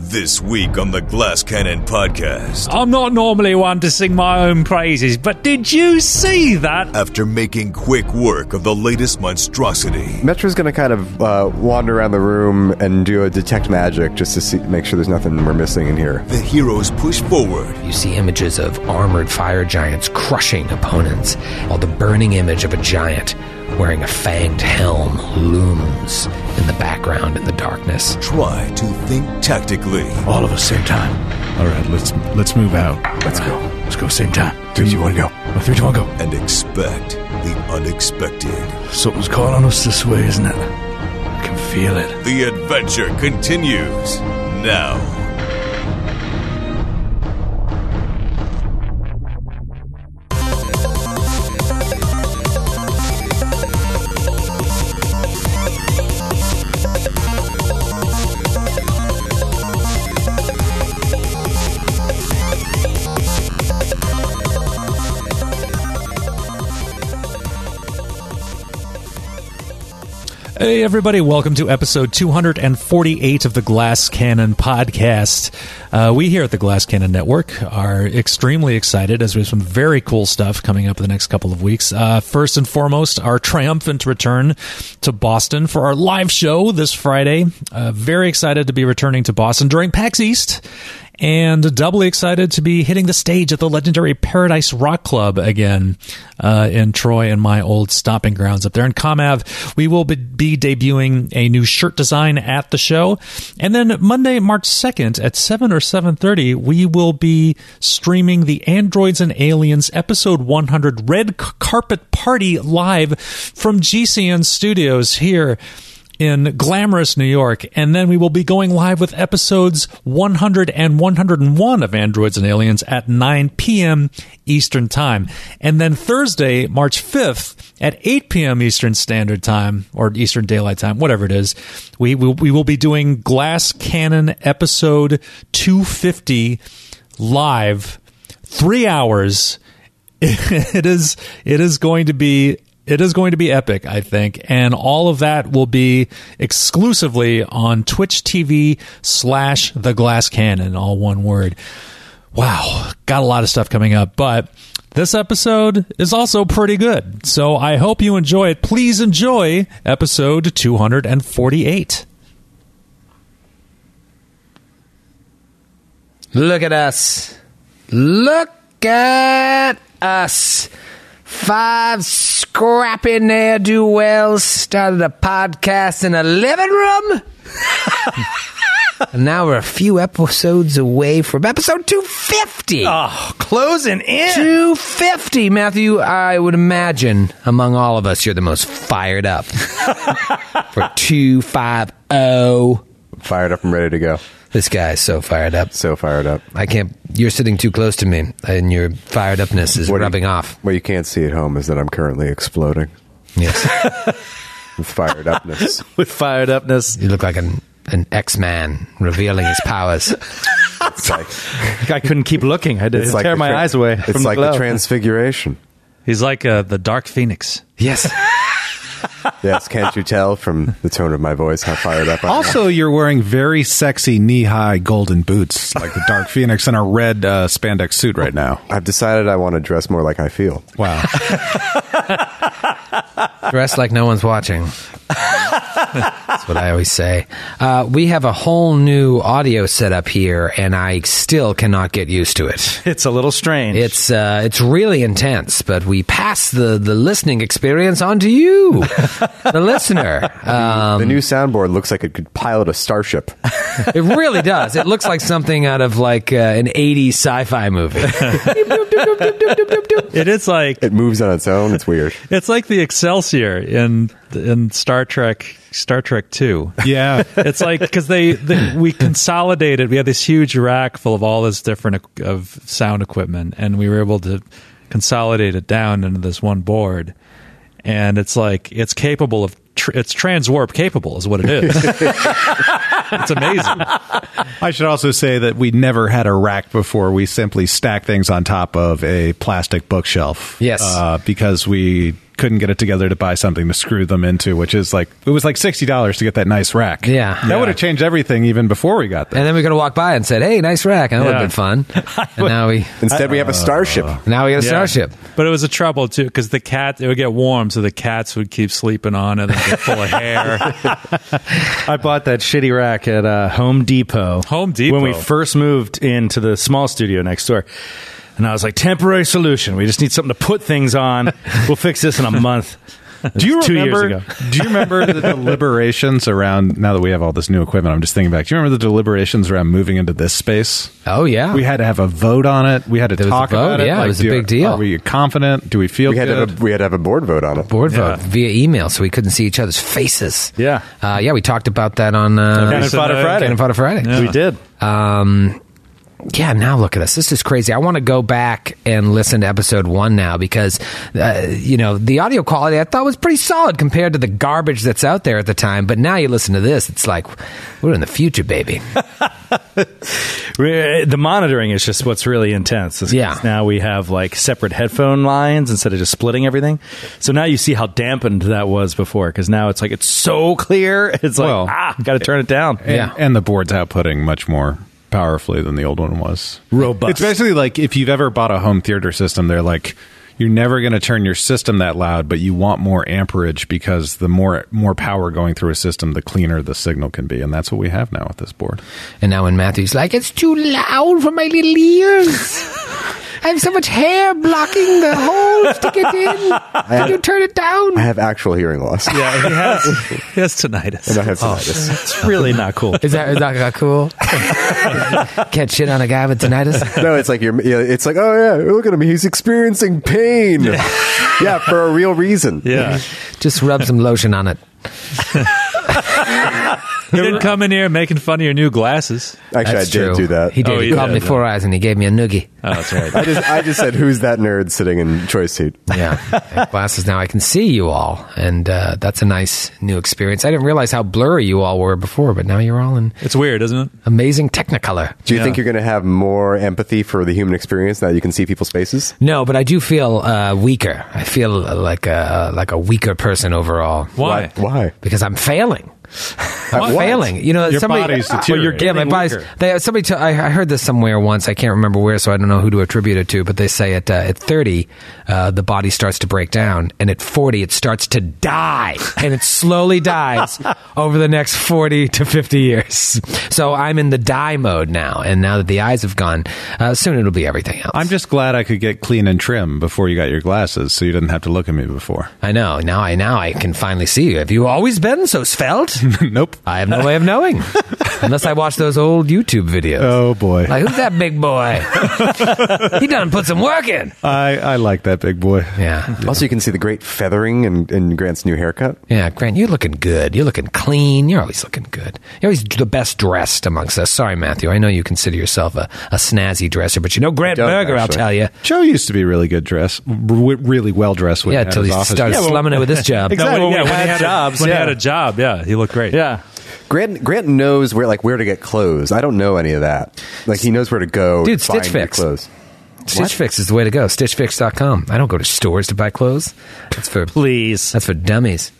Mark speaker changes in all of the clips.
Speaker 1: This week on the Glass Cannon podcast,
Speaker 2: I'm not normally one to sing my own praises, but did you see that?
Speaker 1: after making quick work of the latest monstrosity,
Speaker 3: Metro's gonna kind of uh, wander around the room and do a detect magic just to see, make sure there's nothing we're missing in here.
Speaker 1: the heroes push forward
Speaker 4: You see images of armored fire giants crushing opponents, while the burning image of a giant wearing a fanged helm looms in the background in the darkness.
Speaker 1: try to think tactically.
Speaker 5: All of us same time. All right, let's let's move out. Uh, Let's go. Let's go same time. Three, two, one, go. Oh, three, two, one, go.
Speaker 1: and expect the unexpected.
Speaker 5: Something's calling on us this way, isn't it? I can feel it.
Speaker 1: The adventure continues now.
Speaker 2: Hey, everybody, welcome to episode 248 of the Glass Cannon podcast. Uh, we here at the Glass Cannon Network are extremely excited as we have some very cool stuff coming up in the next couple of weeks. Uh, first and foremost, our triumphant return to Boston for our live show this Friday. Uh, very excited to be returning to Boston during PAX East. and doubly excited to be hitting the stage at the legendary Paradise Rock Club again uh, in Troy and my old stomping grounds up there. In Comav, we will be, be debuting a new shirt design at the show, and then Monday, March second at seven or seven thirty, we will be streaming the Androids and Aliens episode one hundred Red C- Carpet Party live from GCN Studios here in glamorous New York. And then we will be going live with episodes 100 and 101 of Androids and Aliens at 9 p.m. Eastern Time. And then Thursday, March 5th at 8 p.m. Eastern Standard Time or Eastern Daylight Time, whatever it is, we will, we will be doing Glass Cannon episode 250 live, three hours it is it is going to be it is going to be epic, I think, and all of that will be exclusively on Twitch TV slash The Glass Cannon, all one word. Wow, got a lot of stuff coming up, but this episode is also pretty good. So I hope you enjoy it. Please enjoy episode 248.
Speaker 4: Look at us. Look at us. Five scrappy ne'er do wells started a podcast in a living room. and now we're a few episodes away from episode 250.
Speaker 5: Oh, closing in.
Speaker 4: 250, Matthew. I would imagine among all of us, you're the most fired up for 250.
Speaker 3: Fired up and ready to go.
Speaker 4: This guy is so fired up.
Speaker 3: So fired up.
Speaker 4: I can't. You're sitting too close to me, and your fired upness is
Speaker 3: What do you-
Speaker 4: rubbing off.
Speaker 3: What you can't see at home is that I'm currently exploding
Speaker 4: Yes,
Speaker 3: with fired upness.
Speaker 5: With fired upness.
Speaker 4: you look like an an X Man revealing his powers.
Speaker 3: It's like,
Speaker 5: I couldn't keep looking. I had to
Speaker 3: it's like
Speaker 5: tear
Speaker 3: the
Speaker 5: my
Speaker 3: tra-
Speaker 5: eyes away.
Speaker 3: It's
Speaker 5: from
Speaker 3: like
Speaker 5: the, glow.
Speaker 3: transfiguration.
Speaker 2: He's like uh, the Dark Phoenix.
Speaker 4: yes,
Speaker 3: Yes, can't you tell from the tone of my voice how fired up I am?
Speaker 6: Also, you're wearing very sexy knee-high golden boots, like the Dark Phoenix, and a red uh, spandex suit right now.
Speaker 3: I've decided I want to dress more like I feel.
Speaker 6: Wow,
Speaker 4: dressed like no one's watching. That's what I always say. Uh, we have a whole new audio setup here, and I still cannot get used to it.
Speaker 5: It's a little strange.
Speaker 4: It's uh, it's really intense, but we pass the the listening experience on to you, the listener. Um,
Speaker 3: the new soundboard looks like it could pilot a starship.
Speaker 4: it really does. It looks like something out of like uh, an '80s sci-fi movie.
Speaker 2: It is like
Speaker 3: It moves on its own. It's weird.
Speaker 2: it's like the Excelsior in in Star Trek Star Trek 2.
Speaker 6: yeah,
Speaker 2: it's like because they, they we consolidated. We had this huge rack full of all this different equ- of sound equipment, and we were able to consolidate it down into this one board. And it's like it's capable of tr- it's transwarp capable is what it is. it's amazing.
Speaker 6: I should also say that we never had a rack before. We simply stack things on top of a plastic bookshelf.
Speaker 4: Yes.
Speaker 6: uh, because we couldn't get it together to buy something to screw them into, which is like it was like sixty dollars to get that nice rack.
Speaker 4: Yeah.
Speaker 6: that
Speaker 4: Yeah.
Speaker 6: would have changed everything even before we got there.
Speaker 4: And then we could have walked by and said, "Hey, nice rack." And that would
Speaker 7: Yeah.
Speaker 4: have been fun. And now we
Speaker 3: Instead, we have a starship.
Speaker 5: Uh,
Speaker 4: now we got a
Speaker 7: Yeah.
Speaker 4: starship.
Speaker 7: But it was a trouble too because the cat it would get warm, so the cats would keep sleeping on it and get full of hair.
Speaker 2: I bought that shitty rack at uh, Home Depot.
Speaker 7: Home Depot.
Speaker 2: When we first moved into the small studio next door. And I was like, temporary solution. We just need something to put things on. We'll fix this in a month.
Speaker 6: Do you
Speaker 2: two years
Speaker 6: remember?
Speaker 2: ago.
Speaker 6: do you remember the deliberations around? Now that we have all this new equipment, I'm just thinking back. Do you remember the deliberations around moving into this space?
Speaker 4: Oh yeah.
Speaker 6: We had to have a vote on it. We had to
Speaker 4: There was a
Speaker 6: talk about
Speaker 4: vote,
Speaker 6: it.
Speaker 4: yeah, it was a
Speaker 6: do-
Speaker 4: big deal.
Speaker 6: Are we confident? Do we feel
Speaker 3: We had, to
Speaker 6: good?
Speaker 3: have a, we had to have a board vote on it.
Speaker 4: board
Speaker 2: Yeah.
Speaker 4: vote via email, so we couldn't see each other's faces.
Speaker 2: Yeah.
Speaker 4: uh, yeah. We talked about that on uh,
Speaker 2: Cannon Fodder Friday.
Speaker 4: Cannon Fodder Friday.
Speaker 2: We did.
Speaker 4: Um, yeah, now look at us. This is crazy. I want to go back and listen to episode one now because, uh, you know, the audio quality I thought was pretty solid compared to the garbage that's out there at the time. But now you listen to this, it's like we're in the future, baby.
Speaker 2: Re- The monitoring is just what's really intense. It's-
Speaker 4: Yeah.
Speaker 2: Now we have like separate headphone lines instead of just splitting everything. So now you see how dampened that was before because now it's like it's so clear. It's like,
Speaker 6: Well-
Speaker 2: ah, got to turn it down.
Speaker 6: and,
Speaker 4: Yeah.
Speaker 6: and the board's outputting much more powerfully than the old one was.
Speaker 2: Robust.
Speaker 6: It's basically like if you've ever bought a home theater system, they're like, you're never going to turn your system that loud, but you want more amperage because the more more power going through a system, the cleaner the signal can be, and that's what we have now with this board.
Speaker 4: And now when Matthew's like, it's too loud for my little ears. I have so much hair blocking the holes to get in. Can you turn it down?
Speaker 3: I have actual hearing loss. Yeah,
Speaker 7: he has he has tinnitus.
Speaker 3: and I have tinnitus.
Speaker 2: Oh, it's really not cool.
Speaker 4: Is that, is that cool? Can't shit on a guy with tinnitus.
Speaker 3: No, it's like you're. Yeah, it's like, oh yeah, look at him. He's experiencing pain. yeah, for a real reason.
Speaker 7: Yeah,
Speaker 4: Just rub some lotion on it.
Speaker 7: he didn't come in here making fun of your new glasses.
Speaker 3: Actually, I
Speaker 4: That's
Speaker 3: did
Speaker 4: true.
Speaker 3: do that.
Speaker 4: He did.
Speaker 7: Oh,
Speaker 4: he
Speaker 7: you
Speaker 4: called
Speaker 7: did,
Speaker 4: me four eyes and he gave me a noogie.
Speaker 7: Oh, that's right.
Speaker 3: I just, I just said, who's that nerd sitting in choice seat?
Speaker 4: Yeah. I have glasses now. I can see you all. And uh, that's a nice new experience. I didn't realize how blurry you all were before, but now you're all in
Speaker 7: It's weird, isn't it?
Speaker 4: amazing technicolor.
Speaker 3: Do you
Speaker 7: Yeah.
Speaker 3: think you're going to have more empathy for the human experience now that you can see people's faces?
Speaker 4: No, but I do feel uh, weaker. I feel like a, like a weaker person overall.
Speaker 7: Why?
Speaker 3: Why?
Speaker 4: because I'm failing. I'm
Speaker 7: What?
Speaker 4: failing. You know,
Speaker 6: Your
Speaker 4: somebody,
Speaker 6: body's
Speaker 4: Ah,
Speaker 6: deteriorating.
Speaker 4: Yeah, my
Speaker 6: Getting
Speaker 4: body's.
Speaker 6: weaker.
Speaker 4: They, somebody, t- I, I heard this somewhere once. I can't remember where, so I don't know who to attribute it to. But they say at uh, at thirty, uh, the body starts to break down, and at forty, it starts to die, and it slowly dies over the next forty to fifty years. So I'm in the die mode now, and now that the eyes have gone, uh, soon it'll be everything else.
Speaker 6: I'm just glad I could get clean and trim before you got your glasses, so you didn't have to look at me before.
Speaker 4: I know now. I now I can finally see you. Have you always been so svelte?
Speaker 6: nope.
Speaker 4: I have no way of knowing unless I watch those old YouTube videos.
Speaker 6: Oh boy,
Speaker 4: Like, who's that big boy? he done put some work in.
Speaker 6: I I like that big boy.
Speaker 4: Yeah.
Speaker 3: Also, you can see the great feathering in, in Grant's new haircut.
Speaker 4: Yeah, Grant, you're looking good. You're looking clean. You're always looking good. You're always the best dressed amongst us. Sorry, Matthew. I know you consider yourself a, a snazzy dresser, but you know Grant
Speaker 3: I don't,
Speaker 4: Berger, I'll
Speaker 3: actually.
Speaker 4: tell you.
Speaker 6: Joe used to be really good dressed, re- really well dressed. when
Speaker 4: Yeah,
Speaker 6: he had
Speaker 4: until
Speaker 6: his
Speaker 4: he
Speaker 6: office
Speaker 4: started
Speaker 6: job.
Speaker 4: slumming it with this job.
Speaker 6: Exactly.
Speaker 7: No, when,
Speaker 6: Yeah,
Speaker 7: yeah,
Speaker 6: we
Speaker 7: when he
Speaker 6: had
Speaker 7: had
Speaker 6: jobs,
Speaker 7: A, when
Speaker 6: yeah.
Speaker 7: he had a job, yeah, he looked great.
Speaker 2: Yeah.
Speaker 3: Grant Grant knows where like where to get clothes. I don't know any of that. Like he knows where to go.
Speaker 4: Dude,
Speaker 3: to find
Speaker 4: Stitch
Speaker 3: new
Speaker 4: Fix.
Speaker 3: clothes.
Speaker 4: Stitch Fix is the way to go. Stitchfix.com. I don't go to stores to buy clothes. That's for
Speaker 2: Please.
Speaker 4: that's for dummies.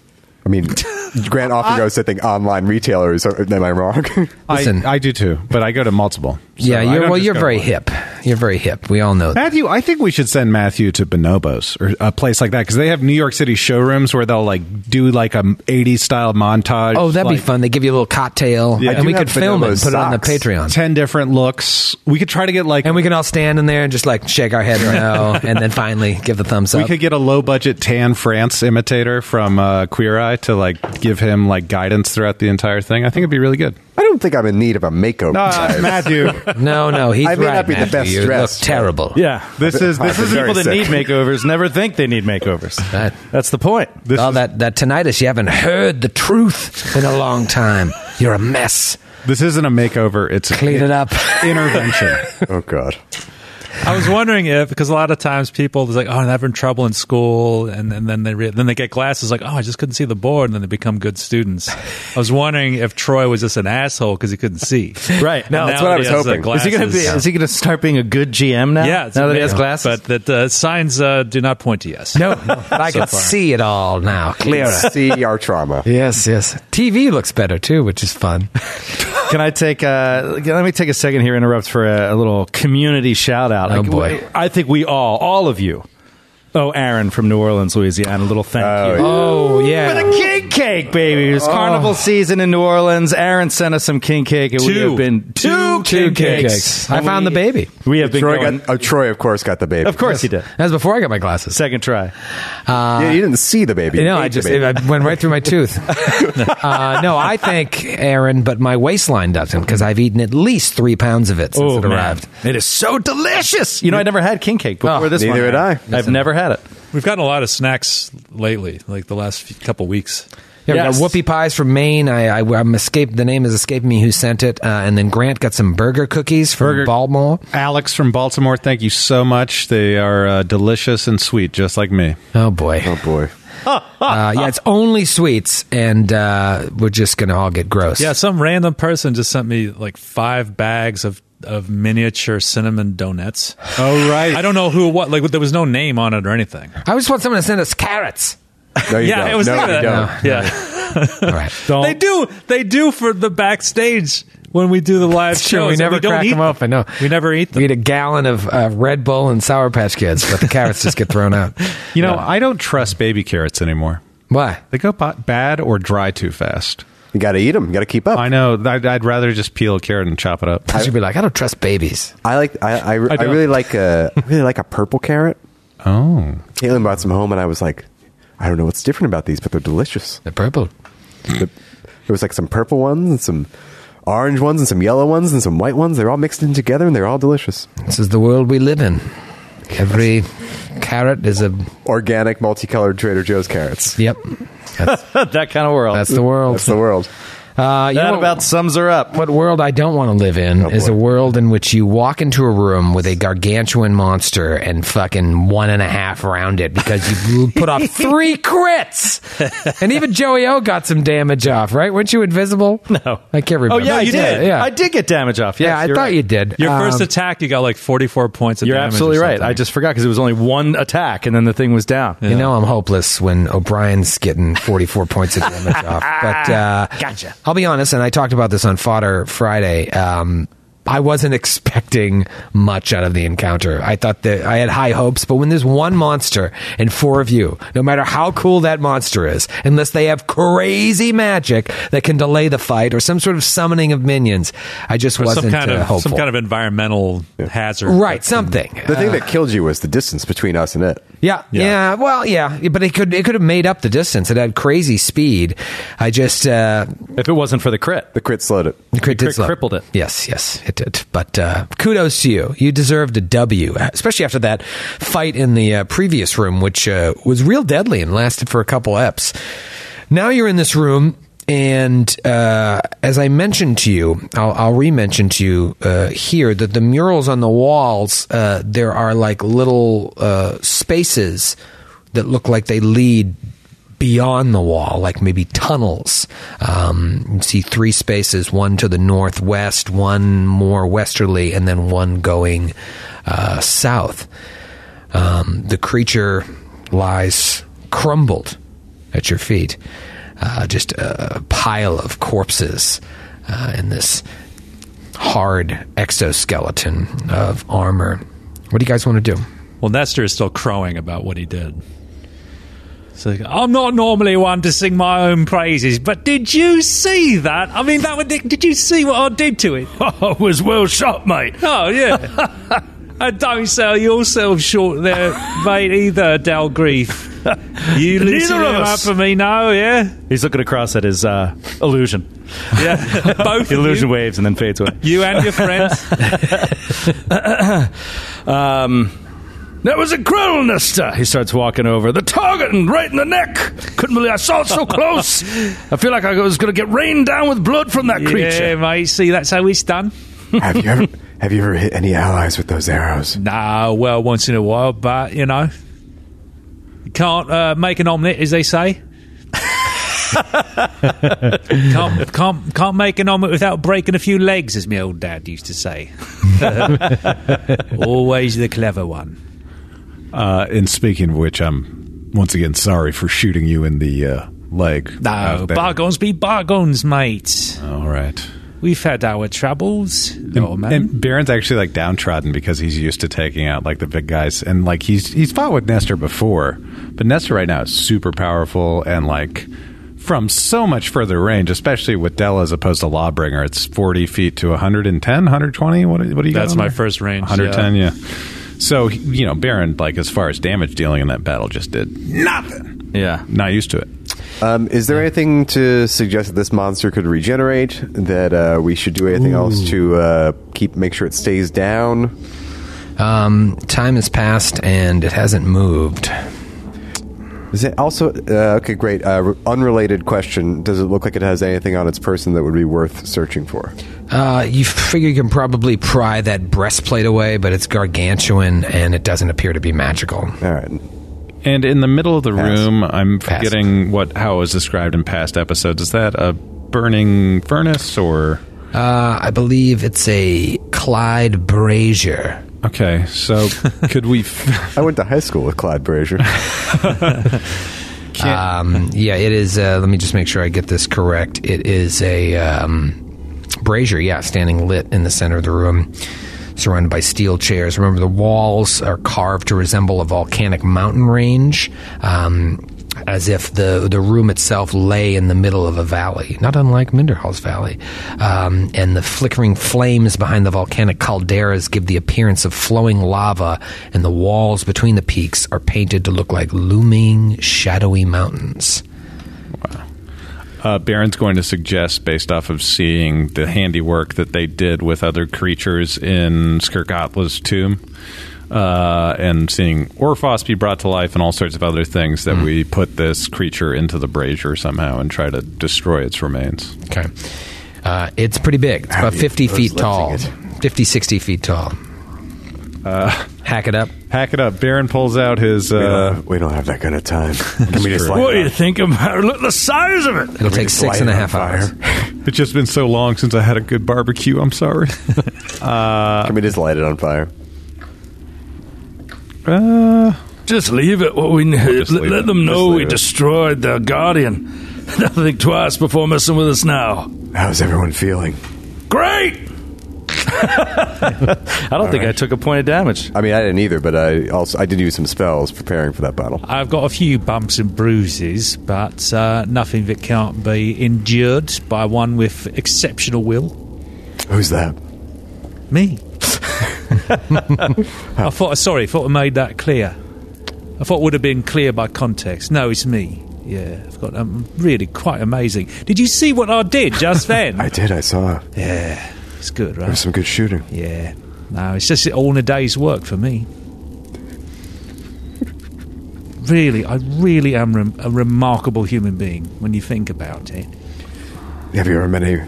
Speaker 3: I mean, Grant often goes to think online retailers. Are, am I wrong?
Speaker 4: Listen.
Speaker 6: I, I do too, but I go to multiple. So
Speaker 4: yeah,
Speaker 6: I
Speaker 4: you're
Speaker 6: don't
Speaker 4: well
Speaker 6: just
Speaker 4: you're
Speaker 6: go
Speaker 4: very
Speaker 6: to one.
Speaker 4: hip. You're very hip. We all know that.
Speaker 6: Matthew, I think we should send Matthew to Bonobos or a place like that because they have New York City showrooms where they'll like do like a 80s style montage.
Speaker 4: Oh, that'd be
Speaker 6: like,
Speaker 4: fun. They give you a little cocktail,
Speaker 6: Yeah. I
Speaker 4: and
Speaker 6: do
Speaker 4: we
Speaker 3: have
Speaker 4: could film it, and
Speaker 3: Bonobos
Speaker 4: put it on the
Speaker 3: socks.
Speaker 4: Patreon.
Speaker 6: 10 different looks. We could try to get like.
Speaker 4: And
Speaker 6: we,
Speaker 4: we can all stand in there and just like shake our head no, and then finally give the thumbs up.
Speaker 6: could get a low budget Tan France imitator from uh, Queer Eye to like give him like guidance throughout the entire thing. I think it'd be really good.
Speaker 3: I don't think I'm in need of a makeover.
Speaker 6: Uh,
Speaker 3: guys.
Speaker 6: Matthew,
Speaker 4: no, no, he's
Speaker 3: I may
Speaker 4: right,
Speaker 3: not be the
Speaker 4: Matthew.
Speaker 3: best
Speaker 4: You
Speaker 3: dressed,
Speaker 4: look terrible.
Speaker 2: Yeah.
Speaker 6: this is this
Speaker 3: I'm
Speaker 6: is
Speaker 3: very
Speaker 2: People that
Speaker 3: sick.
Speaker 2: need makeovers never think they need makeovers.
Speaker 4: Right.
Speaker 2: That's the point.
Speaker 6: this
Speaker 4: all
Speaker 6: is,
Speaker 4: that that tinnitus. You haven't heard the truth in a long time. You're a mess.
Speaker 6: this isn't a makeover. It's
Speaker 4: Clean it up.
Speaker 6: intervention.
Speaker 3: oh God.
Speaker 7: I was wondering if because a lot of times people is like, oh, I'm having trouble in school, and, and then they re- then they get glasses like, oh, I just couldn't see the board, and then they become good students. I was wondering if Troy was just an asshole because he couldn't see.
Speaker 2: Right. No,
Speaker 7: And
Speaker 3: that's
Speaker 7: now
Speaker 3: what I
Speaker 7: that
Speaker 3: was
Speaker 7: he has the
Speaker 3: hoping.
Speaker 2: Is he gonna be?
Speaker 7: glasses-
Speaker 2: Is he gonna start being a good GM now?
Speaker 7: Yeah, it's
Speaker 2: now that he has
Speaker 7: amazing.
Speaker 2: glasses.
Speaker 7: but that uh, signs uh, do not point to yes.
Speaker 4: No, no, but I can see it all now, clearer.
Speaker 3: See our trauma.
Speaker 4: Yes, yes. TV looks better too, which is fun.
Speaker 2: Can I take? Uh, let me take a second here, interrupt for a, a little community shout out.
Speaker 4: Oh,
Speaker 2: I,
Speaker 4: boy.
Speaker 2: I think we all, all of you. Oh, Aaron from New Orleans, Louisiana. A little thank you.
Speaker 4: Oh
Speaker 2: But
Speaker 4: yeah,
Speaker 2: a king cake, baby. It was carnival season in New Orleans. Aaron sent us some king cake. It would
Speaker 7: Two.
Speaker 2: have been two,
Speaker 7: Two
Speaker 2: king
Speaker 7: king
Speaker 2: cakes.
Speaker 7: cakes.
Speaker 4: I
Speaker 2: And
Speaker 4: found
Speaker 2: we-
Speaker 4: the baby.
Speaker 2: We have been
Speaker 3: Troy,
Speaker 2: going-
Speaker 3: got, oh, Troy, of course, got the baby.
Speaker 2: Of course he did.
Speaker 4: That was before I got my glasses.
Speaker 2: Second try.
Speaker 3: Yeah, you didn't see the baby.
Speaker 4: You know,
Speaker 3: ate
Speaker 4: I
Speaker 3: the
Speaker 4: just
Speaker 3: baby.
Speaker 4: it, I went right through my tooth. uh, no, I thank Aaron, but my waistline doesn't because I've eaten at least three pounds of it since it arrived.
Speaker 2: It is so delicious. You know, I never had king cake before
Speaker 4: Oh,
Speaker 2: this one.
Speaker 3: neither had I.
Speaker 2: I've never had it.
Speaker 7: We've gotten a lot of snacks lately, like the last few, couple weeks.
Speaker 4: Yeah,
Speaker 2: Yes.
Speaker 4: we got whoopie pies from Maine. I, I, am escaped. The name is escaping me. Who sent it? Uh, and then Grant got some burger cookies from
Speaker 6: Burger-
Speaker 4: Baltimore.
Speaker 6: Alex from Baltimore, thank you so much. They are uh, delicious and sweet, just like me.
Speaker 4: Oh boy.
Speaker 3: Oh boy.
Speaker 4: Uh, yeah, it's only sweets, and uh, we're just gonna all get gross.
Speaker 7: Yeah, some random person just sent me like five bags of of miniature cinnamon donuts.
Speaker 6: Oh, right.
Speaker 7: I don't know who what like there was no name on it or anything.
Speaker 4: I just want someone to send us carrots.
Speaker 3: No, you
Speaker 7: yeah,
Speaker 3: don't.
Speaker 7: it was
Speaker 3: no,
Speaker 7: thinking
Speaker 3: you
Speaker 7: that.
Speaker 3: don't.
Speaker 7: Yeah.
Speaker 4: All right.
Speaker 7: They do they do for the backstage when we do the live
Speaker 4: It's
Speaker 7: show.
Speaker 4: true. We never
Speaker 7: don't
Speaker 4: crack
Speaker 7: eat
Speaker 4: them open. No,
Speaker 7: We never eat them.
Speaker 4: We eat a gallon of uh, Red Bull and Sour Patch Kids, but the carrots just get thrown out.
Speaker 6: You know, I don't trust baby carrots anymore.
Speaker 4: Why?
Speaker 6: They go bo- bad or dry too fast.
Speaker 3: You got to eat them. You got to keep up.
Speaker 6: I know. I'd, I'd rather just peel a carrot and chop it up.
Speaker 4: I should be like, I don't trust babies.
Speaker 3: I like. I, I, I,
Speaker 6: don't.
Speaker 3: really like a. I really like a purple carrot.
Speaker 6: Oh,
Speaker 3: Caitlin brought some home, and I was like, I don't know what's different about these, but they're delicious.
Speaker 4: They're purple.
Speaker 3: The- there was like some purple ones and some orange ones and some yellow ones and some white ones. They're all mixed in together, and they're all delicious.
Speaker 4: This is the world we live in. Every carrot is a
Speaker 3: Organic, multicolored Trader Joe's carrots.
Speaker 4: yep. That's,
Speaker 2: that kind of world.
Speaker 4: that's the world.
Speaker 3: That's the world.
Speaker 4: Uh, you
Speaker 2: that
Speaker 4: know what-
Speaker 2: about sums her up.
Speaker 4: What world I don't want to live in
Speaker 2: Oh,
Speaker 4: is a world in which you walk into a room with a gargantuan monster and fucking one and a half round it because you put off three crits. And even Joey O got some damage off, right? Weren't you invisible? No. I can't remember.
Speaker 2: Oh yeah, you did.
Speaker 4: Yeah,
Speaker 2: I did get damage off. Yes,
Speaker 4: yeah I
Speaker 2: you're
Speaker 4: thought
Speaker 2: right.
Speaker 4: you did.
Speaker 7: Your
Speaker 4: Um,
Speaker 7: first attack you got like 44 points of
Speaker 2: You're
Speaker 7: damage or
Speaker 2: absolutely right.
Speaker 7: something.
Speaker 2: I just forgot because it was only one attack, and then the thing was down.
Speaker 4: You know I'm hopeless when O'Brien's getting 44 points of damage off. But uh,
Speaker 2: Gotcha.
Speaker 4: I'll be honest, and I talked about this on Fodder Friday. Um, I wasn't expecting much out of the encounter. I thought that I had high hopes, but when there's one monster and four of you, no matter how cool that monster is, unless they have crazy magic that can delay the fight or some sort of summoning of minions, I just
Speaker 7: Or
Speaker 4: wasn't
Speaker 7: some kind
Speaker 4: uh,
Speaker 7: of
Speaker 4: hopeful.
Speaker 7: some kind of environmental hazard.
Speaker 4: right, something.
Speaker 3: The thing that killed you was the distance between us and it.
Speaker 4: Yeah, yeah, Well, yeah, but it could it could have made up the distance. It had crazy speed. I just uh,
Speaker 2: If it wasn't for the crit,
Speaker 3: The crit slowed it.
Speaker 4: the
Speaker 2: crit
Speaker 4: crit did slow.
Speaker 2: crippled it.
Speaker 4: Yes, yes, it did. But uh, kudos to you. You deserved a W, uh, especially after that fight in the uh, previous room, which uh, was real deadly and lasted for a couple eps. Now you're in this room. And uh, as I mentioned to you, I'll, I'll re-mention to you uh, here that the murals on the walls uh, there are like little uh, spaces that look like they lead beyond the wall, like maybe tunnels. Um, you see three spaces: one to the northwest, one more westerly, and then one going uh, south. Um, the creature lies crumbled at your feet, uh, just a pile of corpses uh, in this hard exoskeleton of armor. What do you guys want to do?
Speaker 7: Well, Nestor is still crowing about what he did. So I'm not normally one to sing my own praises, but did you see that? I mean, that would, did you see what I did to it?
Speaker 2: oh, it was well shot, mate.
Speaker 7: Oh yeah. And don't sell yourself short there, mate. Either Dalgrief. You listen
Speaker 2: Neither of
Speaker 7: him up
Speaker 2: us.
Speaker 7: for me now, yeah,
Speaker 2: He's looking across at his uh, illusion.
Speaker 7: yeah. Both
Speaker 2: The
Speaker 7: of
Speaker 2: illusion
Speaker 7: you,
Speaker 2: waves and then fades away.
Speaker 7: you and your friends.
Speaker 2: That was incredible, Nesta. He starts walking over. The target and right in the neck. Couldn't believe I saw it so close. I feel like I was going to get rained down with blood from that
Speaker 7: yeah, mate. See, that's how it's done.
Speaker 3: Have you ever Have you ever hit any allies with those arrows?
Speaker 7: Nah, well, once in a while, but you know, you can't uh, make an omelette, as they say. can't, can't can't make an omelette without breaking a few legs, as my old dad used to say. Always the clever one.
Speaker 6: Uh, and speaking of which, I'm once again sorry for shooting you in the uh, leg.
Speaker 7: No,
Speaker 6: out there.
Speaker 7: bargains be bargains, mate.
Speaker 6: All right.
Speaker 7: We've had our troubles, little man.
Speaker 6: And Baron's actually like downtrodden because he's used to taking out like the big guys, and like he's he's fought with Nestor before, but Nestor right now is super powerful and like from so much further range, especially with Della as opposed to Lawbringer. It's forty feet to 110, 120? What do- what do you? got
Speaker 7: That's
Speaker 6: on
Speaker 7: my
Speaker 6: there?
Speaker 7: first range,
Speaker 6: 110, yeah. So you know, Baron like as far as damage dealing in that battle just did nothing.
Speaker 2: Yeah.
Speaker 6: Not used to it.
Speaker 3: Um, is there anything to suggest that this monster could regenerate? That uh, we should do anything else to uh, keep make sure it stays down?
Speaker 4: Um, time has passed and it hasn't moved.
Speaker 3: Is it also uh, okay? Great. Uh, r- unrelated question: Does it look like it has anything on its person that would be worth searching for?
Speaker 4: Uh, you figure you can probably pry that breastplate away, but it's gargantuan and it doesn't appear to be magical.
Speaker 3: All right.
Speaker 6: And in the middle of the
Speaker 3: Pass.
Speaker 6: room, I'm forgetting what how it was described in past episodes. Is that a burning furnace or
Speaker 4: Uh, I believe it's a Clyde Brazier.
Speaker 6: okay? So could we? F-
Speaker 3: I went to high school with Clyde Brazier.
Speaker 4: Um, yeah, it is. Uh, let me just make sure I get this correct. It is a um, brazier, yeah, standing lit in the center of the room, surrounded by steel chairs. Remember, the walls are carved to resemble a volcanic mountain range, um, as if the the room itself lay in the middle of a valley, not unlike Minderhall's Valley. Um, and the flickering flames behind the volcanic calderas give the appearance of flowing lava, and the walls between the peaks are painted to look like looming, shadowy mountains.
Speaker 6: uh, Baron's going to suggest, based off of seeing the handiwork that they did with other creatures in Skirkatla's tomb, uh, and seeing Orphos be brought to life and all sorts of other things, that we put this creature into the brazier somehow and try to destroy its remains.
Speaker 4: Okay. Uh, it's pretty big. It's about 50 feet tall. 50, 60 feet tall. Uh, Hack it up.
Speaker 6: Hack it up. Baron pulls out his.
Speaker 3: we,
Speaker 6: Uh,
Speaker 3: don't, we don't have that kind of time. Can we just
Speaker 6: true.
Speaker 3: light
Speaker 2: What do
Speaker 3: it
Speaker 2: you
Speaker 3: up?
Speaker 2: think about? Look at the size of it.
Speaker 4: It'll
Speaker 3: Can we
Speaker 4: take
Speaker 3: just light
Speaker 4: six and a
Speaker 3: it on
Speaker 4: half
Speaker 3: fire?
Speaker 4: hours.
Speaker 6: It's just been so long since I had a good barbecue. I'm sorry.
Speaker 3: Can we just light it on fire?
Speaker 6: uh,
Speaker 5: Just leave it. What we need.
Speaker 6: just
Speaker 5: Let,
Speaker 6: leave
Speaker 5: let
Speaker 6: it.
Speaker 5: them
Speaker 6: Just
Speaker 5: know
Speaker 6: leave
Speaker 5: we
Speaker 6: it.
Speaker 5: destroyed their guardian. They'll think twice before messing with us now.
Speaker 3: How's everyone feeling?
Speaker 5: Great.
Speaker 2: I don't think I took a point of damage.
Speaker 3: I mean, I didn't either, but I also I did use some spells preparing for that battle.
Speaker 7: I've got a few bumps and bruises, but uh, nothing that can't be endured by one with exceptional will.
Speaker 3: Who's that?
Speaker 7: Me. I thought, sorry, thought I made that clear. I thought it would have been clear by context. No, it's me. Yeah, I've got um, really quite amazing. Did you see what I did just then?
Speaker 3: I did. I saw. There
Speaker 7: yeah, it's good,
Speaker 3: was
Speaker 7: right?
Speaker 3: some good shooting.
Speaker 7: Yeah. No, it's just all in a day's work for me. Really, I really am rem- a remarkable human being when you think about it.
Speaker 3: Have you ever met any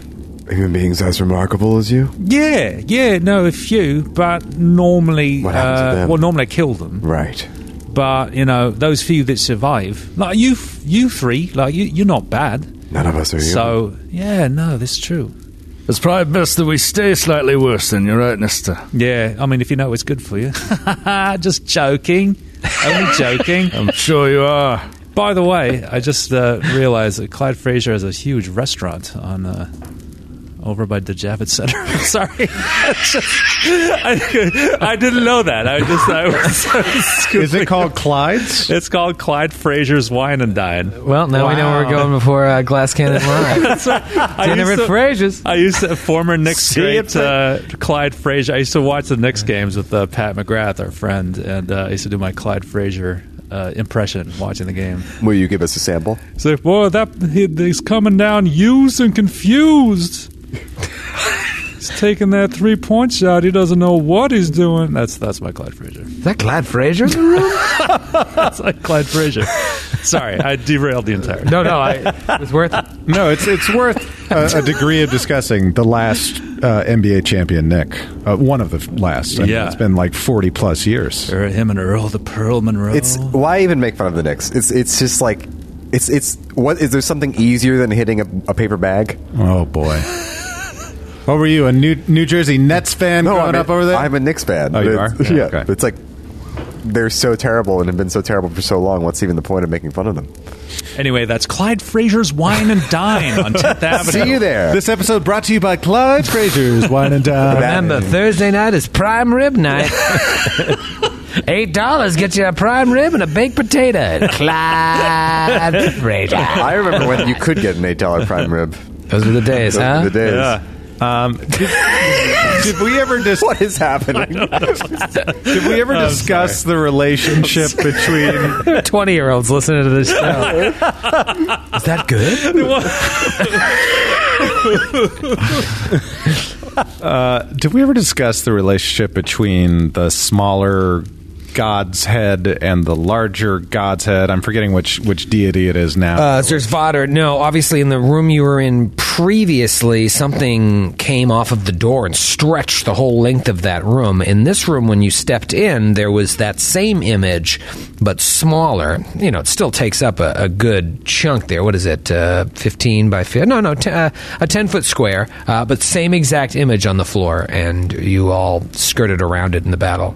Speaker 3: human beings as remarkable as you?
Speaker 7: Yeah, yeah, no, a few, but normally,
Speaker 3: What happens to
Speaker 7: uh,
Speaker 3: them?
Speaker 7: well, normally I kill them.
Speaker 3: Right.
Speaker 7: But you know, those few that survive, like you, f- you three, like you, you're not bad.
Speaker 3: None of us are human.
Speaker 7: So yeah, no, that's true.
Speaker 5: It's probably best that we stay slightly worse. Then you're right, Mister.
Speaker 7: Yeah, I mean, if you know what's good for you, just joking, only joking.
Speaker 6: Um,
Speaker 5: I'm sure you are.
Speaker 7: By the way, I just uh, realized that Clyde Fraser has a huge restaurant on uh, over by the Javits Center. Sorry, It's just- I, I didn't know that. I just I was, I
Speaker 6: is
Speaker 7: was
Speaker 6: it called Clyde's?
Speaker 7: It's called Clyde Fraser's Wine and Dine.
Speaker 4: Well, now we know where we're going before uh, Glass Cannon Live.
Speaker 7: I
Speaker 4: Dinner
Speaker 7: used,
Speaker 4: at
Speaker 7: to,
Speaker 4: Frazier's.
Speaker 7: I used to former Knicks
Speaker 2: See,
Speaker 7: great
Speaker 2: it's like-
Speaker 7: uh, Clyde Fraser. I used to watch the Knicks games with uh, Pat McGrath, our friend, and uh, I used to do my Clyde Fraser uh, impression watching the game.
Speaker 3: Will you give us a sample?
Speaker 7: It's like, boy, that he, he's coming down used and confused. He's taking that three point shot. He doesn't know what he's doing. That's that's my Clyde Frazier.
Speaker 4: Is that Glad Fraser in the room?
Speaker 7: That's like Clyde Frazier. Sorry, I derailed the entire.
Speaker 4: no, no, I, it was worth it.
Speaker 6: No, it's it's worth uh, a, a degree of discussing the last uh, NBA champion, Nick. Uh, one of the last. I mean,
Speaker 7: Yeah.
Speaker 6: it's been like forty plus years.
Speaker 7: Or him and Earl the Pearl Monroe.
Speaker 3: It's why even make fun of the Knicks? It's it's just like it's it's what is there something easier than hitting a, a paper bag?
Speaker 6: Oh boy. what were you a New New Jersey Nets fan growing
Speaker 3: I'm a-
Speaker 6: up over there?
Speaker 3: I'm a Knicks fan.
Speaker 6: Oh, you
Speaker 3: It's-
Speaker 6: are? Yeah,
Speaker 3: Yeah,
Speaker 6: okay.
Speaker 3: it's like they're so terrible and have been so terrible for so long. What's even the point of making fun of them?
Speaker 7: anyway. That's Clyde Frazier's Wine and Dine on Tenth Avenue.
Speaker 3: See you there.
Speaker 6: this episode brought to you by Clyde Frazier's Wine and Dine.
Speaker 4: Remember, Thursday night is prime rib night. Eight dollars gets you a prime rib and a baked potato. at Clyde Fraser.
Speaker 3: I remember when you could get an eight dollar prime rib.
Speaker 4: Those were the days,
Speaker 3: Those were
Speaker 4: huh?
Speaker 3: the days.
Speaker 6: Um, Did we ever dis-
Speaker 3: What is happening?
Speaker 6: Did we ever discuss the relationship between?
Speaker 4: Twenty-year-olds listening to this show. is that good?
Speaker 6: Did we ever discuss the relationship between the smaller God's head and the larger God's head? I'm forgetting which which deity it is now.
Speaker 4: Uh, there's Vodder. No, obviously, in the room you were in previously, something came off of the door and stretched the whole length of that room. In this room, when you stepped in, there was that same image, but smaller. You know, it still takes up a, a good chunk there. What is it? Uh, 15 by 15? No, no, t- uh, a 10 foot square, uh, but same exact image on the floor, and you all skirted around it in the battle.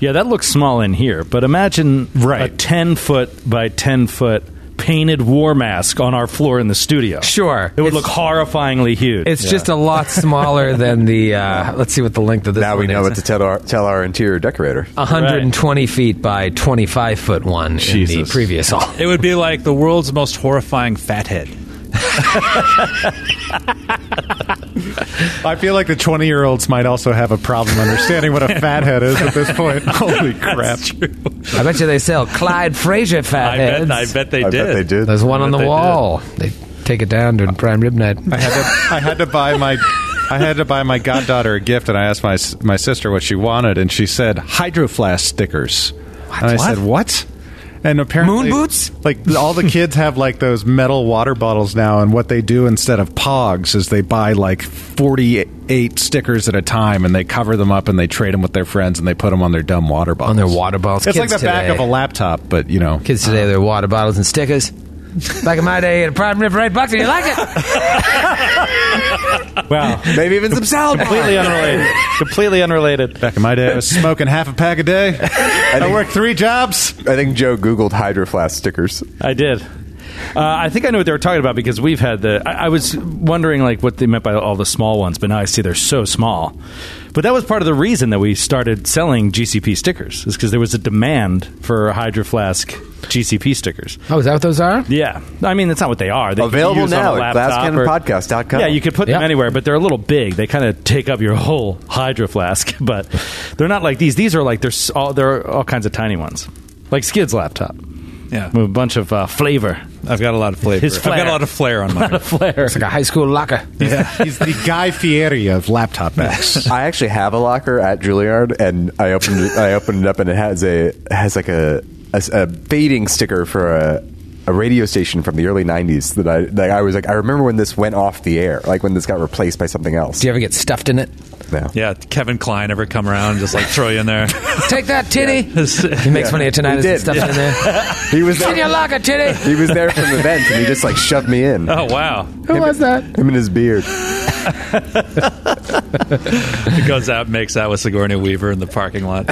Speaker 2: Yeah, that looks small in here, but imagine
Speaker 6: Right.
Speaker 2: a 10 foot by 10 foot painted war mask on our floor in the studio.
Speaker 4: Sure.
Speaker 2: It would
Speaker 4: It's-
Speaker 2: look horrifyingly huge.
Speaker 4: It's just a lot smaller than the. Uh, let's see what the length of this.
Speaker 3: now we
Speaker 4: one
Speaker 3: know
Speaker 4: is.
Speaker 3: what to tell our tell our interior decorator.
Speaker 4: 120 feet by 25 foot one in the
Speaker 6: Jesus.
Speaker 4: previous hall.
Speaker 7: It would be like the world's most horrifying fathead.
Speaker 6: I feel like the 20 year olds might also have a problem understanding what a fathead is at this point. Holy crap.
Speaker 4: I bet you they sell Clyde Fraser fatheads.
Speaker 7: bet they
Speaker 3: I bet they did.
Speaker 4: There's one
Speaker 7: I
Speaker 4: on
Speaker 7: bet
Speaker 4: the
Speaker 7: they
Speaker 4: wall. They take it down during prime rib night.
Speaker 6: I had to, I had to buy my. I had to buy my goddaughter a gift, and I asked my s- my sister what she wanted, and she said hydroflask stickers. And I
Speaker 4: What?
Speaker 6: said, "What?" And apparently,
Speaker 4: Moon boots?
Speaker 6: Like all the kids have like those metal water bottles now, and what they do instead of pogs is they buy like forty eight stickers at a time, and they cover them up, and they trade them with their friends, and they put them on their dumb water bottles.
Speaker 4: On their water bottles.
Speaker 6: It's like
Speaker 4: Kids
Speaker 6: the back
Speaker 4: today.
Speaker 6: of a laptop, but you know,
Speaker 4: Kids today, their water bottles and stickers. Back in my day, at a prime rib for eight bucks, and you like it.
Speaker 2: wow.
Speaker 3: Maybe even some salad.
Speaker 2: completely unrelated. completely unrelated.
Speaker 6: back in my day, I was smoking half a pack a day. I worked three jobs.
Speaker 3: I think Joe Googled Hydro Flask stickers.
Speaker 2: I did. Uh, I think I know what they were talking about because we've had the. I, I was wondering like what they meant by all the small ones, but now I see they're so small. But that was part of the reason that we started selling GCP stickers is because there was a demand for Hydro Flask GCP stickers.
Speaker 4: Oh, is that what those are?
Speaker 2: Yeah, I mean that's not what they are. They you
Speaker 3: Available
Speaker 2: use on
Speaker 3: now
Speaker 2: a
Speaker 3: at
Speaker 2: laptop or-
Speaker 3: glasscannonpodcast.com.
Speaker 2: Yeah, you could put them
Speaker 4: Yeah.
Speaker 2: anywhere, but they're a little big. They kind of take up your whole Hydro Flask, but they're not like these. These are like they're s- all they're all kinds of tiny ones, like Skid's laptop
Speaker 7: Yeah,
Speaker 2: with a bunch of uh, flavor.
Speaker 7: I've got a lot of flavor.
Speaker 2: His
Speaker 7: I've got
Speaker 2: flair.
Speaker 7: a lot of flair on mine.
Speaker 4: It's like a high school locker.
Speaker 6: He's the Guy Fieri of laptop backs.
Speaker 3: I actually have a locker at Juilliard, and I opened it, I opened it up, and it has a has like a a, a fading sticker for a, a radio station from the early '90s that I that I was like I remember when this went off the air, like when this got replaced by something else.
Speaker 4: Do you ever get stuffed in it?
Speaker 3: Yeah.
Speaker 7: Yeah, Kevin Klein ever come around and just like throw you in there?
Speaker 4: Take that, titty. He makes fun of you tonight.
Speaker 3: He
Speaker 4: Is it
Speaker 3: did.
Speaker 4: stuffed in there?
Speaker 3: He was
Speaker 4: It's in your
Speaker 3: there.
Speaker 4: locker, titty.
Speaker 3: He was there from the vent, and he just like shoved me in.
Speaker 7: oh wow!
Speaker 4: Who was that?
Speaker 3: Him and his beard.
Speaker 7: He goes out, makes out with Sigourney Weaver in the parking lot.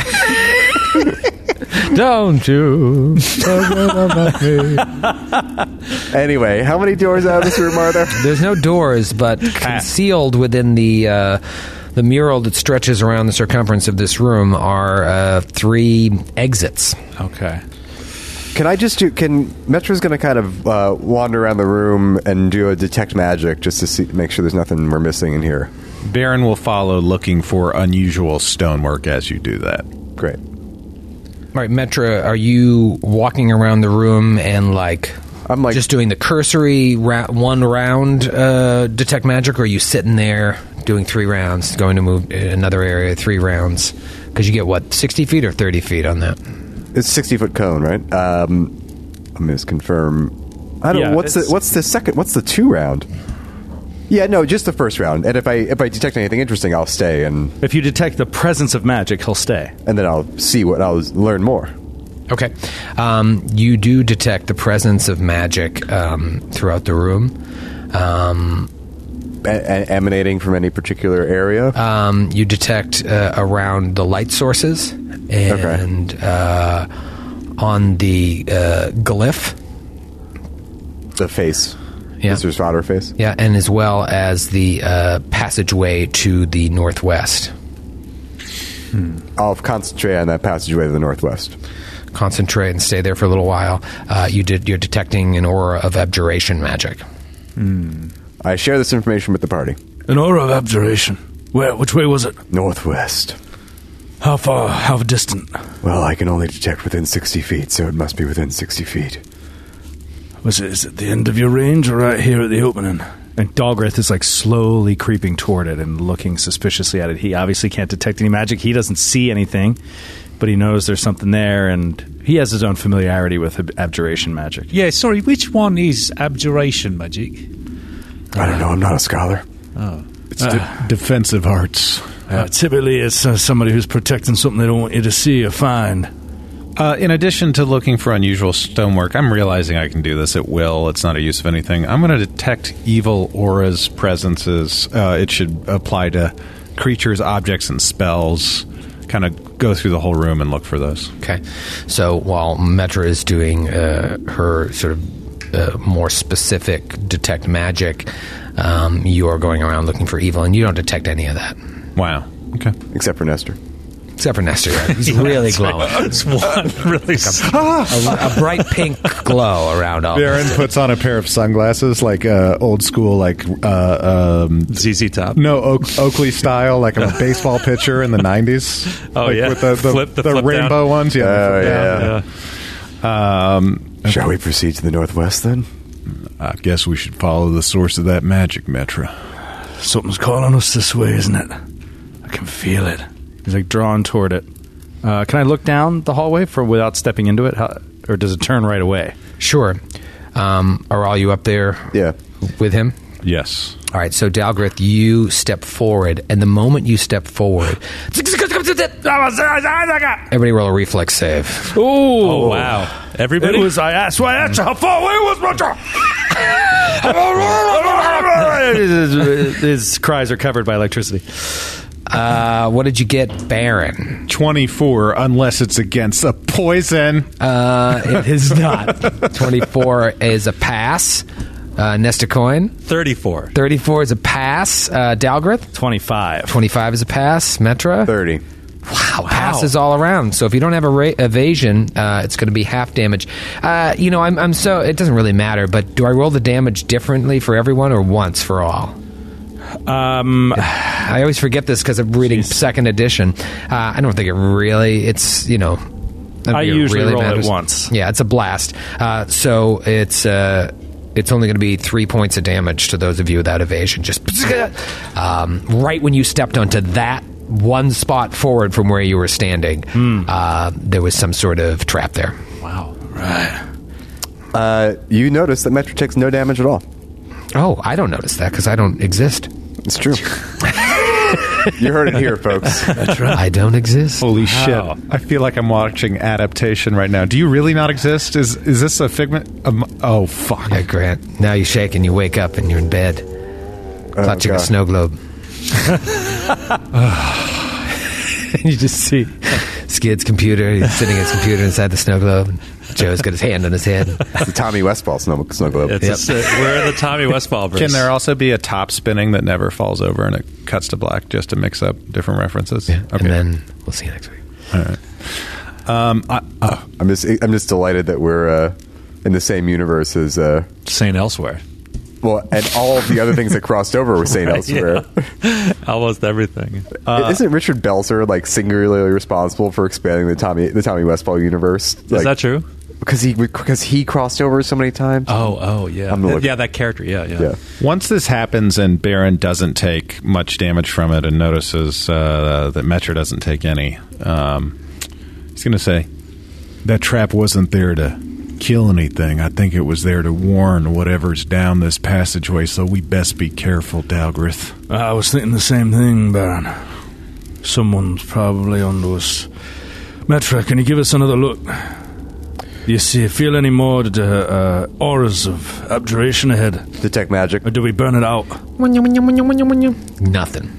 Speaker 4: Don't you?
Speaker 3: Anyway, how many doors out of this room are there?
Speaker 4: There's no doors, but concealed within the uh, the mural that stretches around the circumference of this room are uh, three exits.
Speaker 7: Okay.
Speaker 3: Can I just do? Can Metro's going to kind of uh, wander around the room and do a detect magic just to see, make sure there's nothing we're missing in here?
Speaker 6: Baron will follow looking for unusual stonework as you do that.
Speaker 3: Great.
Speaker 4: All right, Metra, are you walking around the room and like?
Speaker 3: I'm like-
Speaker 4: just doing the cursory ra- one round uh, detect magic, or are you sitting there doing three rounds, going to move in another area, three rounds, because you get what sixty feet or thirty feet on that.
Speaker 3: It's sixty foot cone, right? Um, let me just confirm. I don't.
Speaker 2: Yeah,
Speaker 3: what's the
Speaker 2: it's-
Speaker 3: What's the second? What's the two round? Yeah, no, just the first round. And if I if I detect anything interesting, I'll stay and
Speaker 2: If you detect the presence of magic, he'll stay.
Speaker 3: and then I'll see what I'll learn more.
Speaker 4: Okay, um, you do detect the presence of magic um, throughout the room.
Speaker 3: A- a- emanating from any particular area.
Speaker 2: Uh,
Speaker 4: Um, you detect uh, around the light sources and uh, on the uh, glyph.
Speaker 3: the face.
Speaker 4: Yeah.
Speaker 3: Mr. Spotter face.
Speaker 4: Yeah, and as well as the uh, passageway to the northwest.
Speaker 3: I'll concentrate on that passageway to the northwest.
Speaker 4: Concentrate and stay there for a little while. Uh, you did. You're detecting an aura of abjuration magic.
Speaker 3: I share this information with the party.
Speaker 5: An aura of abjuration. Where? Which way was it?
Speaker 3: Northwest.
Speaker 5: How far? How distant?
Speaker 3: Well, I can only detect within 60 feet, so it must be within 60 feet.
Speaker 5: Was it? Is it the end of your range, or right here at the opening?
Speaker 2: And Dalgrith is like slowly creeping toward it and looking suspiciously at it. He obviously can't detect any magic. He doesn't see anything, but he knows there's something there, and he has his own familiarity with ab- abjuration magic.
Speaker 7: Yeah, sorry, which one is abjuration magic?
Speaker 3: I don't know, I'm not a scholar.
Speaker 5: It's defensive arts. Ah. Uh, typically, it's uh, somebody who's protecting something they don't want you to see or find.
Speaker 6: Uh, in addition to looking for unusual stonework, I'm realizing I can do this at will. It's not a use of anything. I'm going to detect evil auras, presences. Uh, it should apply to creatures, objects, and spells. Kind of go through the whole room and look for those.
Speaker 4: Okay, so while Metra is doing uh, her sort of uh, more specific detect magic, um, you are going around looking for evil, and you don't detect any of that
Speaker 6: Wow. Okay.
Speaker 3: Except for Nestor.
Speaker 4: except for Nestor. He's really glowing.
Speaker 7: It's one really.
Speaker 4: a, a bright pink glow around all.
Speaker 5: Baron puts on a pair of sunglasses, like uh, old school, like uh, um,
Speaker 7: ZZ Top.
Speaker 5: no Oak, Oakley style, like a baseball pitcher in the nineties.
Speaker 7: Oh,
Speaker 5: like
Speaker 7: yeah.
Speaker 5: with the, the,
Speaker 7: Flip- the
Speaker 5: the, Uh,
Speaker 7: flip
Speaker 5: rainbow
Speaker 7: down.
Speaker 5: ones.
Speaker 3: Oh,
Speaker 5: Yeah, the flip down.
Speaker 7: Yeah.
Speaker 3: Shall we proceed to the northwest then?
Speaker 6: I guess we should follow the source of that magic, Metra.
Speaker 5: Something's calling us this way, isn't it? I can feel it.
Speaker 2: He's like drawn toward it. Uh, can I look down the hallway for without stepping into it, How, or does it turn right away?
Speaker 4: Sure. Um, are all you up there?
Speaker 3: Yeah.
Speaker 4: With him?
Speaker 6: Yes.
Speaker 4: All right, so Dalgrith, you step forward, and the moment you step forward, everybody roll a reflex save.
Speaker 7: Oh, wow. Everybody?
Speaker 2: I asked. Why asked how far away was Roger? His cries are covered by electricity.
Speaker 4: Uh, what did you get, Baron?
Speaker 6: Twenty-four, unless it's against a poison.
Speaker 4: Uh, it is not. 24 is a pass. Uh, Nesta Coin.
Speaker 7: 34.
Speaker 4: 34 is a pass. Uh, Dalgrith.
Speaker 2: 25.
Speaker 4: 25 is a pass. Metra.
Speaker 3: 30.
Speaker 4: Wow. Passes all around. So if you don't have a ra- evasion, uh, it's going to be half damage. Uh, you know, I'm, I'm so. It doesn't really matter, but do I roll the damage differently for everyone or once for all?
Speaker 2: Um,
Speaker 4: I always forget this because I'm reading second edition. Uh, I don't think it really. It's you know. I, don't
Speaker 2: I
Speaker 4: think it
Speaker 2: usually
Speaker 4: really
Speaker 2: roll it
Speaker 4: matters.
Speaker 2: once.
Speaker 4: Yeah, it's a blast. Uh, so it's uh, it's only going to be three points of damage to those of you without evasion. Just um, right when you stepped onto that one spot forward from where you were standing,
Speaker 2: Hmm.
Speaker 4: uh, there was some sort of trap there.
Speaker 3: Uh, you notice that Metro takes no damage at all.
Speaker 4: Oh, I don't notice that because I don't exist.
Speaker 3: It's true. you heard it here, folks.
Speaker 4: I don't exist.
Speaker 6: Holy shit! I feel like I'm watching adaptation right now. Do you really not exist? Is is this a figment? Of, m- oh fuck!
Speaker 4: Yeah, Grant. Now you shake and you wake up and you're in bed, clutching a
Speaker 3: God.
Speaker 4: snow globe. you just see Skid's computer. He's sitting at his computer inside the snow globe. Joe's got his hand on his head.
Speaker 3: The Tommy Westfall snow, snow globe.
Speaker 7: It's just, uh, we're in the Tommy Westfall verse.
Speaker 6: Can there also be a top spinning that never falls over and it cuts to black just to mix up different references? Okay.
Speaker 4: And then we'll see you next week.
Speaker 3: I'm just I'm just delighted that we're uh, in the same universe as uh,
Speaker 7: Saying elsewhere.
Speaker 3: well, and all of the other things that crossed over were Saint elsewhere.
Speaker 7: Almost everything.
Speaker 3: Isn't Richard Belzer like singularly responsible for expanding the Tommy the Tommy Westfall universe?
Speaker 7: is that true?
Speaker 3: because he because he crossed over so many times.
Speaker 7: Oh, oh, yeah,
Speaker 3: I'm looking.
Speaker 7: yeah, that character, yeah, yeah.
Speaker 3: yeah.
Speaker 6: Once this happens and Baron doesn't take much damage from it and notices uh, that Metro doesn't take any, um, he's going to say, That trap wasn't there to kill anything. I think it was there to warn whatever's down this passageway, so we best be careful, Dalgrith.
Speaker 2: I was thinking the same thing, Baron. Someone's probably onto us. Metra, can you give us another look? Do you see, feel any more uh, uh, auras of abjuration ahead?
Speaker 3: Detect magic.
Speaker 2: Or do we burn it out?
Speaker 4: Nothing.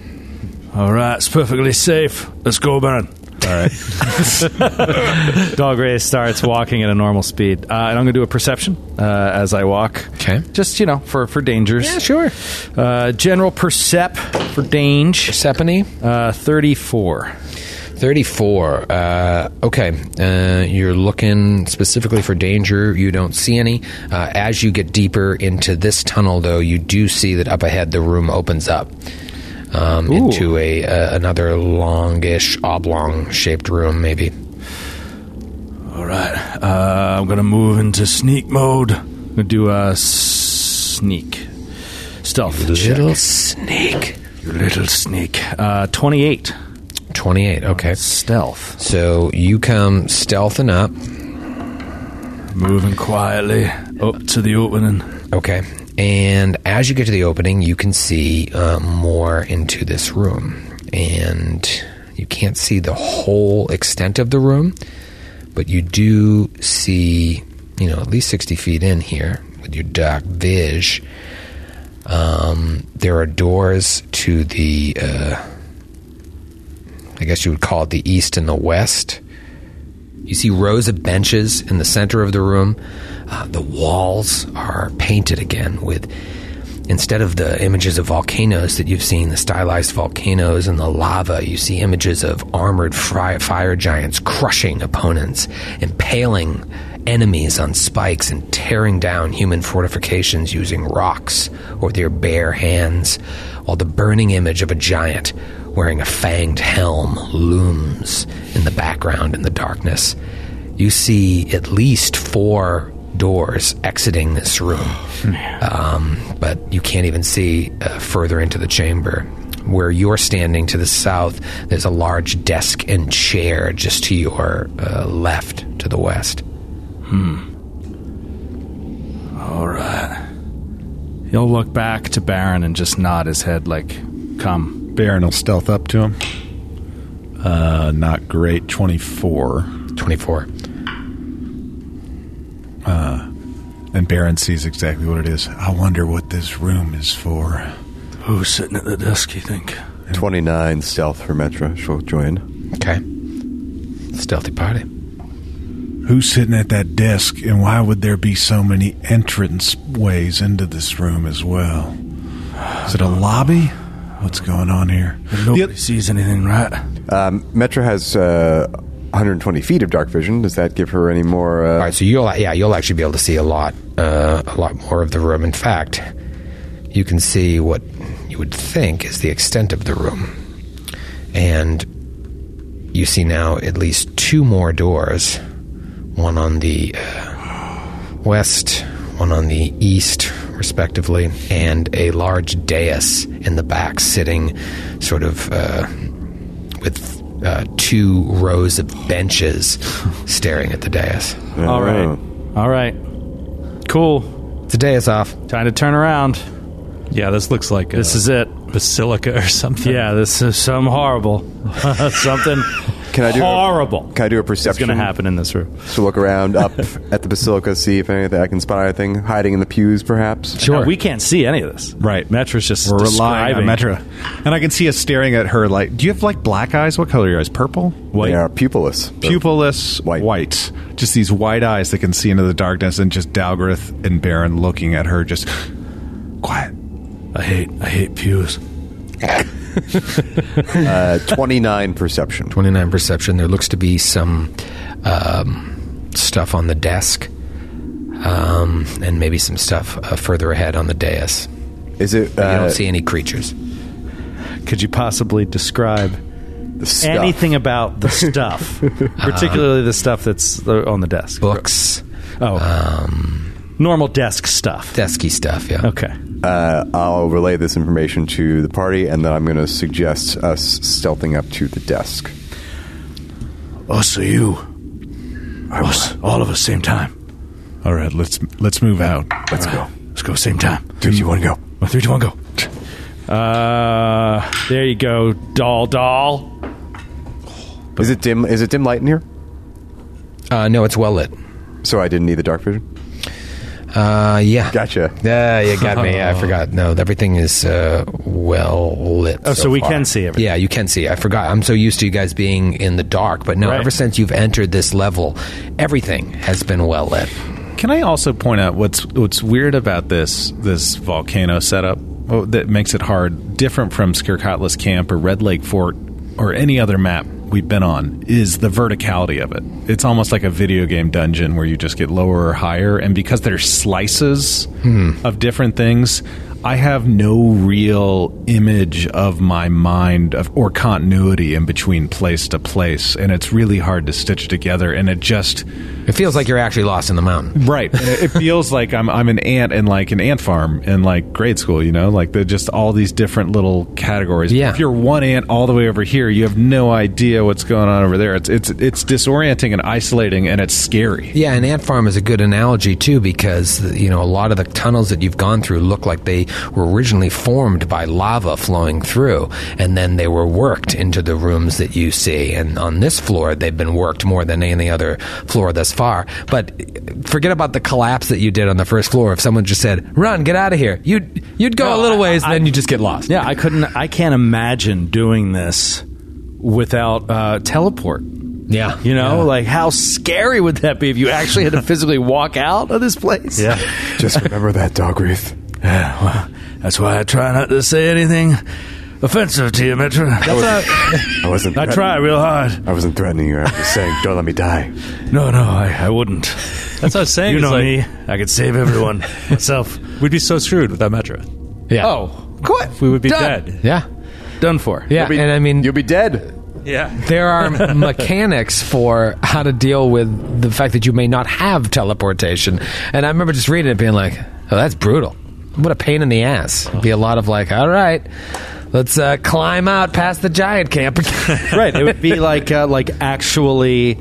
Speaker 2: All right, it's perfectly safe. Let's go, Baron. All right. Dog Ray starts walking at a normal speed. Uh, and I'm going to do a perception uh, as I walk.
Speaker 4: Okay.
Speaker 2: Just, you know, for, for dangers.
Speaker 4: Yeah, sure.
Speaker 2: Uh, general percep for dange.
Speaker 4: Persephone,
Speaker 2: Uh, 34.
Speaker 4: 34. Uh, okay. Uh, you're looking specifically for danger. You don't see any. Uh, as you get deeper into this tunnel, though, you do see that up ahead the room opens up um, into a uh, another longish, oblong shaped room, maybe.
Speaker 2: All right. Uh, I'm going to move into sneak mode. I'm going to do a sneak. Stealth. check.
Speaker 4: Little snake.
Speaker 2: You little sneak. Uh, 28.
Speaker 4: 28. Okay.
Speaker 2: Stealth.
Speaker 4: So you come stealthing up.
Speaker 2: Moving quietly up to the opening.
Speaker 4: Okay. And as you get to the opening, you can see uh, more into this room. And you can't see the whole extent of the room, but you do see, you know, at least 60 feet in here with your dark vis. Um, there are doors to the, uh, I guess you would call it the east and the west. You see rows of benches in the center of the room. Uh, the walls are painted again with, instead of the images of volcanoes that you've seen, the stylized volcanoes and the lava, you see images of armored fry- fire giants crushing opponents, impaling enemies on spikes, and tearing down human fortifications using rocks or their bare hands, while the burning image of a giant wearing a fanged helm looms in the background in the darkness. You see at least four doors exiting this room, um, but you can't even see uh, further into the chamber. Where you're standing to the south, there's a large desk and chair just to your uh, left, to the west.
Speaker 2: All right. He'll look back to Baron and just nod his head like, come.
Speaker 6: Baron will stealth up to him. Uh, not great. 24.
Speaker 4: 24.
Speaker 6: And Baron sees exactly what it is. I wonder what this room is for.
Speaker 2: Who's sitting at the desk, you think?
Speaker 3: Twenty nine stealth for Metra. She'll join.
Speaker 4: Okay. Stealthy party.
Speaker 5: Who's sitting at that desk, and why would there be so many entrance ways into this room as well? Is it a lobby? What's going on here?
Speaker 2: Nobody sees anything, right?
Speaker 3: Um, Metra has uh, 120 feet of dark vision. Does that give her any more? Uh,
Speaker 4: All right, so you'll yeah you'll actually be able to see a lot uh, a lot more of the room. In fact, you can see what you would think is the extent of the room, and you see now at least two more doors, one on the uh, west, one on the east, respectively, and a large dais in the back, sitting sort of. Uh, with uh, two rows of benches staring at the dais.
Speaker 2: All right.
Speaker 3: Oh.
Speaker 2: All right. Cool.
Speaker 4: The dais off.
Speaker 2: Time to turn around.
Speaker 7: Yeah, this looks like
Speaker 2: This is it.
Speaker 7: basilica or something.
Speaker 2: Yeah, this is some horrible. Something
Speaker 3: uh, Can I do a-
Speaker 2: horrible.
Speaker 3: Can I do a
Speaker 2: It's
Speaker 3: perception?
Speaker 2: going to happen in this room.
Speaker 3: To look around up at the basilica, see if anything I can spot anything hiding in the pews, perhaps.
Speaker 2: Now, we can't see any of this.
Speaker 6: Right.
Speaker 2: Metra's just
Speaker 6: We're relying
Speaker 2: describing.
Speaker 6: on Metra. And I can see us staring at her like, do you have like black eyes? What color are your eyes? Purple?
Speaker 3: They are pupilless.
Speaker 6: Pupilless
Speaker 3: White.
Speaker 6: white. Just these white eyes that can see into the darkness and just Dalgrith and Baron looking at her just quiet.
Speaker 2: I hate, I hate pews.
Speaker 3: Uh, 29 perception.
Speaker 4: 29 perception. There looks to be some um, stuff on the desk um, and maybe some stuff uh, further ahead on the dais.
Speaker 3: Is it
Speaker 4: You
Speaker 3: uh,
Speaker 4: don't see any creatures.
Speaker 2: Could you possibly describe
Speaker 3: stuff?
Speaker 2: anything about the stuff, particularly the stuff that's the- on the desk?
Speaker 4: Books,
Speaker 2: Oh,
Speaker 3: Um,
Speaker 2: normal desk stuff.
Speaker 4: Desky stuff, yeah.
Speaker 2: okay.
Speaker 3: Uh, I'll relay this information to the party, and then I'm going to suggest us stealthing up to the desk.
Speaker 8: Us or you? Us, all of us, same time.
Speaker 5: All right, let's let's move out.
Speaker 8: Let's go. Let's go, same time. Three, two, one, go. Three, two, one, go.
Speaker 2: Uh, there you go, doll, doll.
Speaker 3: Is it dim? Is it dim light in here?
Speaker 4: Uh, no, it's well lit.
Speaker 3: So I didn't need the dark vision.
Speaker 4: Uh, yeah.
Speaker 3: Gotcha.
Speaker 4: Yeah, you got me. I forgot. No, everything is uh, well lit.
Speaker 2: Oh, so, we
Speaker 4: far.
Speaker 2: can see everything.
Speaker 4: Yeah, you can see. I forgot. I'm so used to you guys being in the dark, but no,
Speaker 2: Right.
Speaker 4: ever since you've entered this level, everything has been well lit.
Speaker 6: Can I also point out what's what's weird about this this volcano setup oh, that makes it hard, different from Skirkatla's Camp or Red Lake Fort or any other map we've been on, is the verticality of it. It's almost like a video game dungeon where you just get lower or higher, and because there's slices of different things. I have no real image of my mind of, or continuity in between place to place, and it's really hard to stitch together. And it just
Speaker 4: It feels like you're actually lost in the mountain.
Speaker 6: Right. And it it feels like I'm I'm an ant in like an ant farm in like grade school, you know? Like they're just all these different little categories.
Speaker 4: Yeah.
Speaker 6: If you're one ant all the way over here, you have no idea what's going on over there. It's it's it's disorienting and isolating and it's scary.
Speaker 4: Yeah, and ant farm is a good analogy too because you know a lot of the tunnels that you've gone through look like they were originally formed by lava flowing through, and then they were worked into the rooms that you see. And on this floor, they've been worked more than any other floor thus far. But forget about the collapse that you did on the first floor. If someone just said, "Run, get out of here," you'd you'd go a little ways, then you just get lost.
Speaker 2: Yeah, I couldn't. I can't imagine doing this without uh, teleport.
Speaker 4: yeah,
Speaker 2: You know, like how scary would that be if you actually had to physically walk out of this place? Yeah.
Speaker 3: Just remember that dog wreath.
Speaker 8: Yeah, well, that's why I try not to say anything offensive to you, Mitra.
Speaker 3: I wasn't.
Speaker 8: I try real hard.
Speaker 3: I wasn't threatening you. I was saying, don't let me die.
Speaker 8: No, no, I, I wouldn't.
Speaker 7: That's what I was saying.
Speaker 8: You
Speaker 7: is
Speaker 8: know
Speaker 7: like,
Speaker 8: me. I could save everyone myself.
Speaker 7: We'd be so screwed without Metra.
Speaker 4: yeah,
Speaker 2: Oh, what?
Speaker 7: We would be
Speaker 2: Done.
Speaker 7: dead.
Speaker 4: yeah,
Speaker 2: Done for.
Speaker 4: yeah. and I mean,
Speaker 3: You'll be dead.
Speaker 4: there are mechanics for how to deal with the fact that you may not have teleportation. And I remember just reading it being like, oh, that's brutal. What a pain in the ass. It'd be a lot of like, all right, let's uh, climb out past the giant camp.
Speaker 2: right. It would be like uh, like actually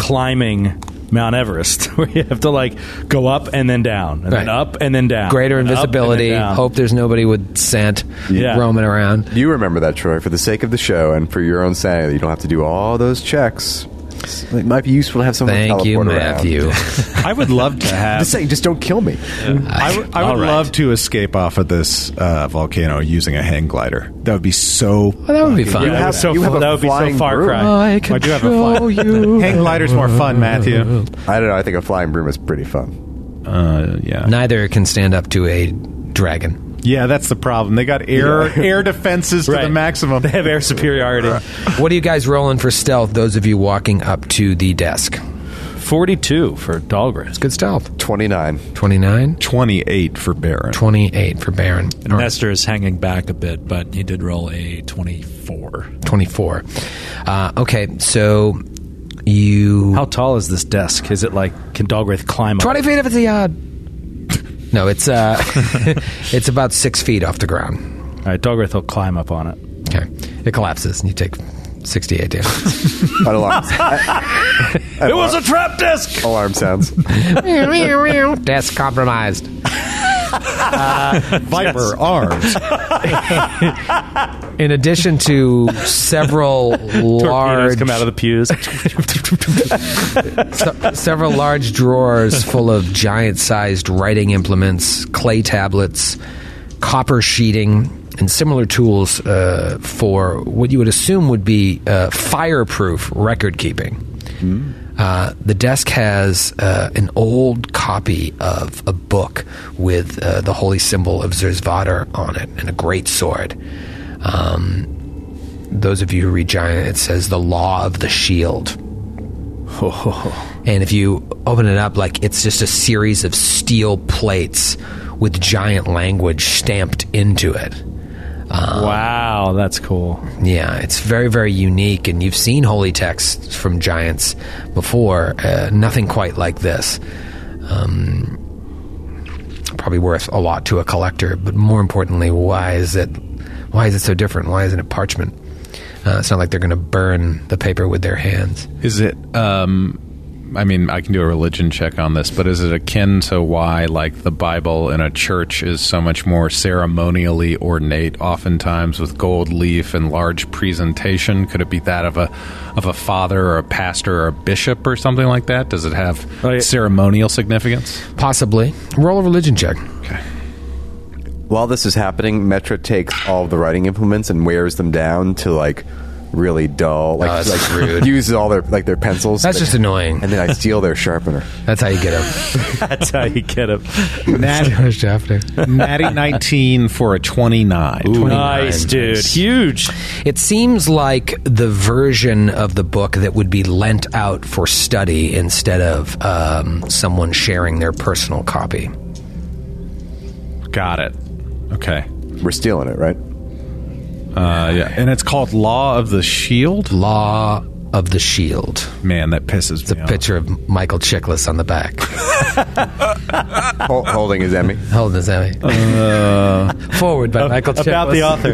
Speaker 2: climbing Mount Everest, where you have to like go up and then down, and then
Speaker 4: Right.
Speaker 2: up and then down.
Speaker 4: Greater
Speaker 2: and up and then
Speaker 4: invisibility.
Speaker 2: down.
Speaker 4: Hope there's nobody with scent
Speaker 2: Yeah.
Speaker 4: roaming around.
Speaker 3: You remember that, Troy, for the sake of the show and for your own sanity. You don't have to do all those checks. It's- It might be useful to have someone
Speaker 4: Thank
Speaker 3: teleport
Speaker 4: you,
Speaker 3: around.
Speaker 4: Matthew.
Speaker 6: I would love to
Speaker 3: I'm
Speaker 6: have
Speaker 3: just saying, just don't kill me.
Speaker 6: I would- I would love to escape off of this uh, volcano using a hang glider. That would be so
Speaker 4: that would be fun.
Speaker 2: That would be so
Speaker 3: you have
Speaker 2: fun.
Speaker 3: a
Speaker 2: that would be
Speaker 3: flying
Speaker 2: so far
Speaker 3: broom.
Speaker 2: cry.
Speaker 4: I can
Speaker 6: do have a
Speaker 4: show you.
Speaker 6: Hang glider's more fun, Matthew.
Speaker 3: I don't know. I think a flying broom is pretty fun.
Speaker 6: Uh, yeah.
Speaker 4: Neither can stand up to a dragon.
Speaker 6: Yeah, that's the problem. They got air air defenses to the
Speaker 2: Right.
Speaker 6: maximum.
Speaker 2: They have air superiority.
Speaker 4: What are you guys rolling for stealth, those of you walking up to the desk?
Speaker 2: Forty-two for Dahlgren.
Speaker 4: Good stealth.
Speaker 3: 29.
Speaker 4: 29?
Speaker 6: 28 for Baron.
Speaker 4: 28 for Baron. All right,
Speaker 7: Nestor is hanging back a bit, but he did roll a 24.
Speaker 4: 24. Uh, okay, so you.
Speaker 2: How tall is this desk? Is it like can Dahlgrith climb up?
Speaker 4: 20 feet if it's a yard. no, it's uh, it's about six feet off the ground.
Speaker 2: All right, Dahlgrith will climb up on it.
Speaker 4: Okay, it collapses and you take 68 damage.
Speaker 3: Not alarm,
Speaker 2: It was a trap desk.
Speaker 3: alarm sounds.
Speaker 4: Desk compromised.
Speaker 6: Viper arms.
Speaker 4: In addition to several
Speaker 2: Torpedoes
Speaker 4: large
Speaker 2: come out of the pews.
Speaker 4: se- several large drawers full of giant-sized writing implements, clay tablets, copper sheeting, and similar tools uh, for what you would assume would be uh, fireproof record keeping. Uh, the desk has uh, an old copy of a book with uh, the holy symbol of Zerzvater on it and a great sword. Um, those of you who read Giant, it says the law of the shield. And if you open it up, like it's just a series of steel plates with giant language stamped into it.
Speaker 2: wow, that's cool.
Speaker 4: Yeah, it's very, very unique. And you've seen holy texts from giants before, uh, nothing quite like this. probably worth a lot to a collector, but more importantly, why is it why is it so different? Why isn't it parchment? Uh, it's not like they're going to burn the paper with their hands.
Speaker 6: Is it? Um, I mean, I can do a religion check on this, but is it akin to why, like, the Bible in a church is so much more ceremonially ornate, oftentimes with gold leaf and large presentation? Could it be that of a of a father or a pastor or a bishop or something like that? Does it have
Speaker 2: Oh, yeah.
Speaker 6: ceremonial significance?
Speaker 4: Possibly. Roll a religion check.
Speaker 3: While this is happening, Metra takes all of the writing implements and wears them down to like really dull, like,
Speaker 4: Oh, that's
Speaker 3: like
Speaker 4: rude.
Speaker 3: uses all their like their pencils.
Speaker 4: That's just annoying.
Speaker 3: And then I steal their sharpener.
Speaker 4: That's how you get them.
Speaker 2: That's how you get him.
Speaker 6: Nat,
Speaker 4: Much after.
Speaker 6: natty nineteen for a twenty nine.
Speaker 2: Nice, dude. Huge.
Speaker 4: It seems like the version of the book that would be lent out for study instead of um, someone sharing their personal copy.
Speaker 6: Got it. Okay.
Speaker 3: We're stealing it, right?
Speaker 6: Uh, yeah, and it's called Law of the Shield.
Speaker 4: Law of the Shield.
Speaker 6: Man, that pisses
Speaker 4: It's a
Speaker 6: me off.
Speaker 4: picture of Michael Chiklis on the back.
Speaker 3: Hol- holding his Emmy.
Speaker 4: Hold this, Emmy. Forward by Michael Chiklis.
Speaker 2: Uh, About the author.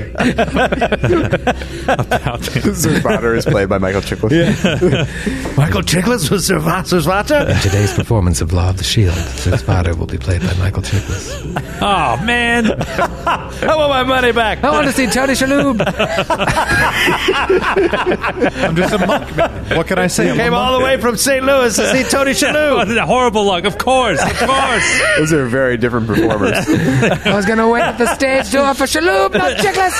Speaker 3: Zervater is played by Michael Chiklis.
Speaker 8: Michael Chiklis was Servata?
Speaker 4: Today's performance of Law of the Shield. This father will be played by Michael Chiklis.
Speaker 7: Oh man,
Speaker 2: I want my money back.
Speaker 4: I want to see Tony Shalhoub.
Speaker 6: I'm just a monk. Man. What can I say? I'm a
Speaker 2: Came
Speaker 6: monk.
Speaker 2: all the way from St. Louis to see Tony Shalhoub.
Speaker 7: What a horrible luck. Of course, of course.
Speaker 3: Those are very different performers.
Speaker 4: I was going to wait at the stage door for Shalhoub, not Chiklis.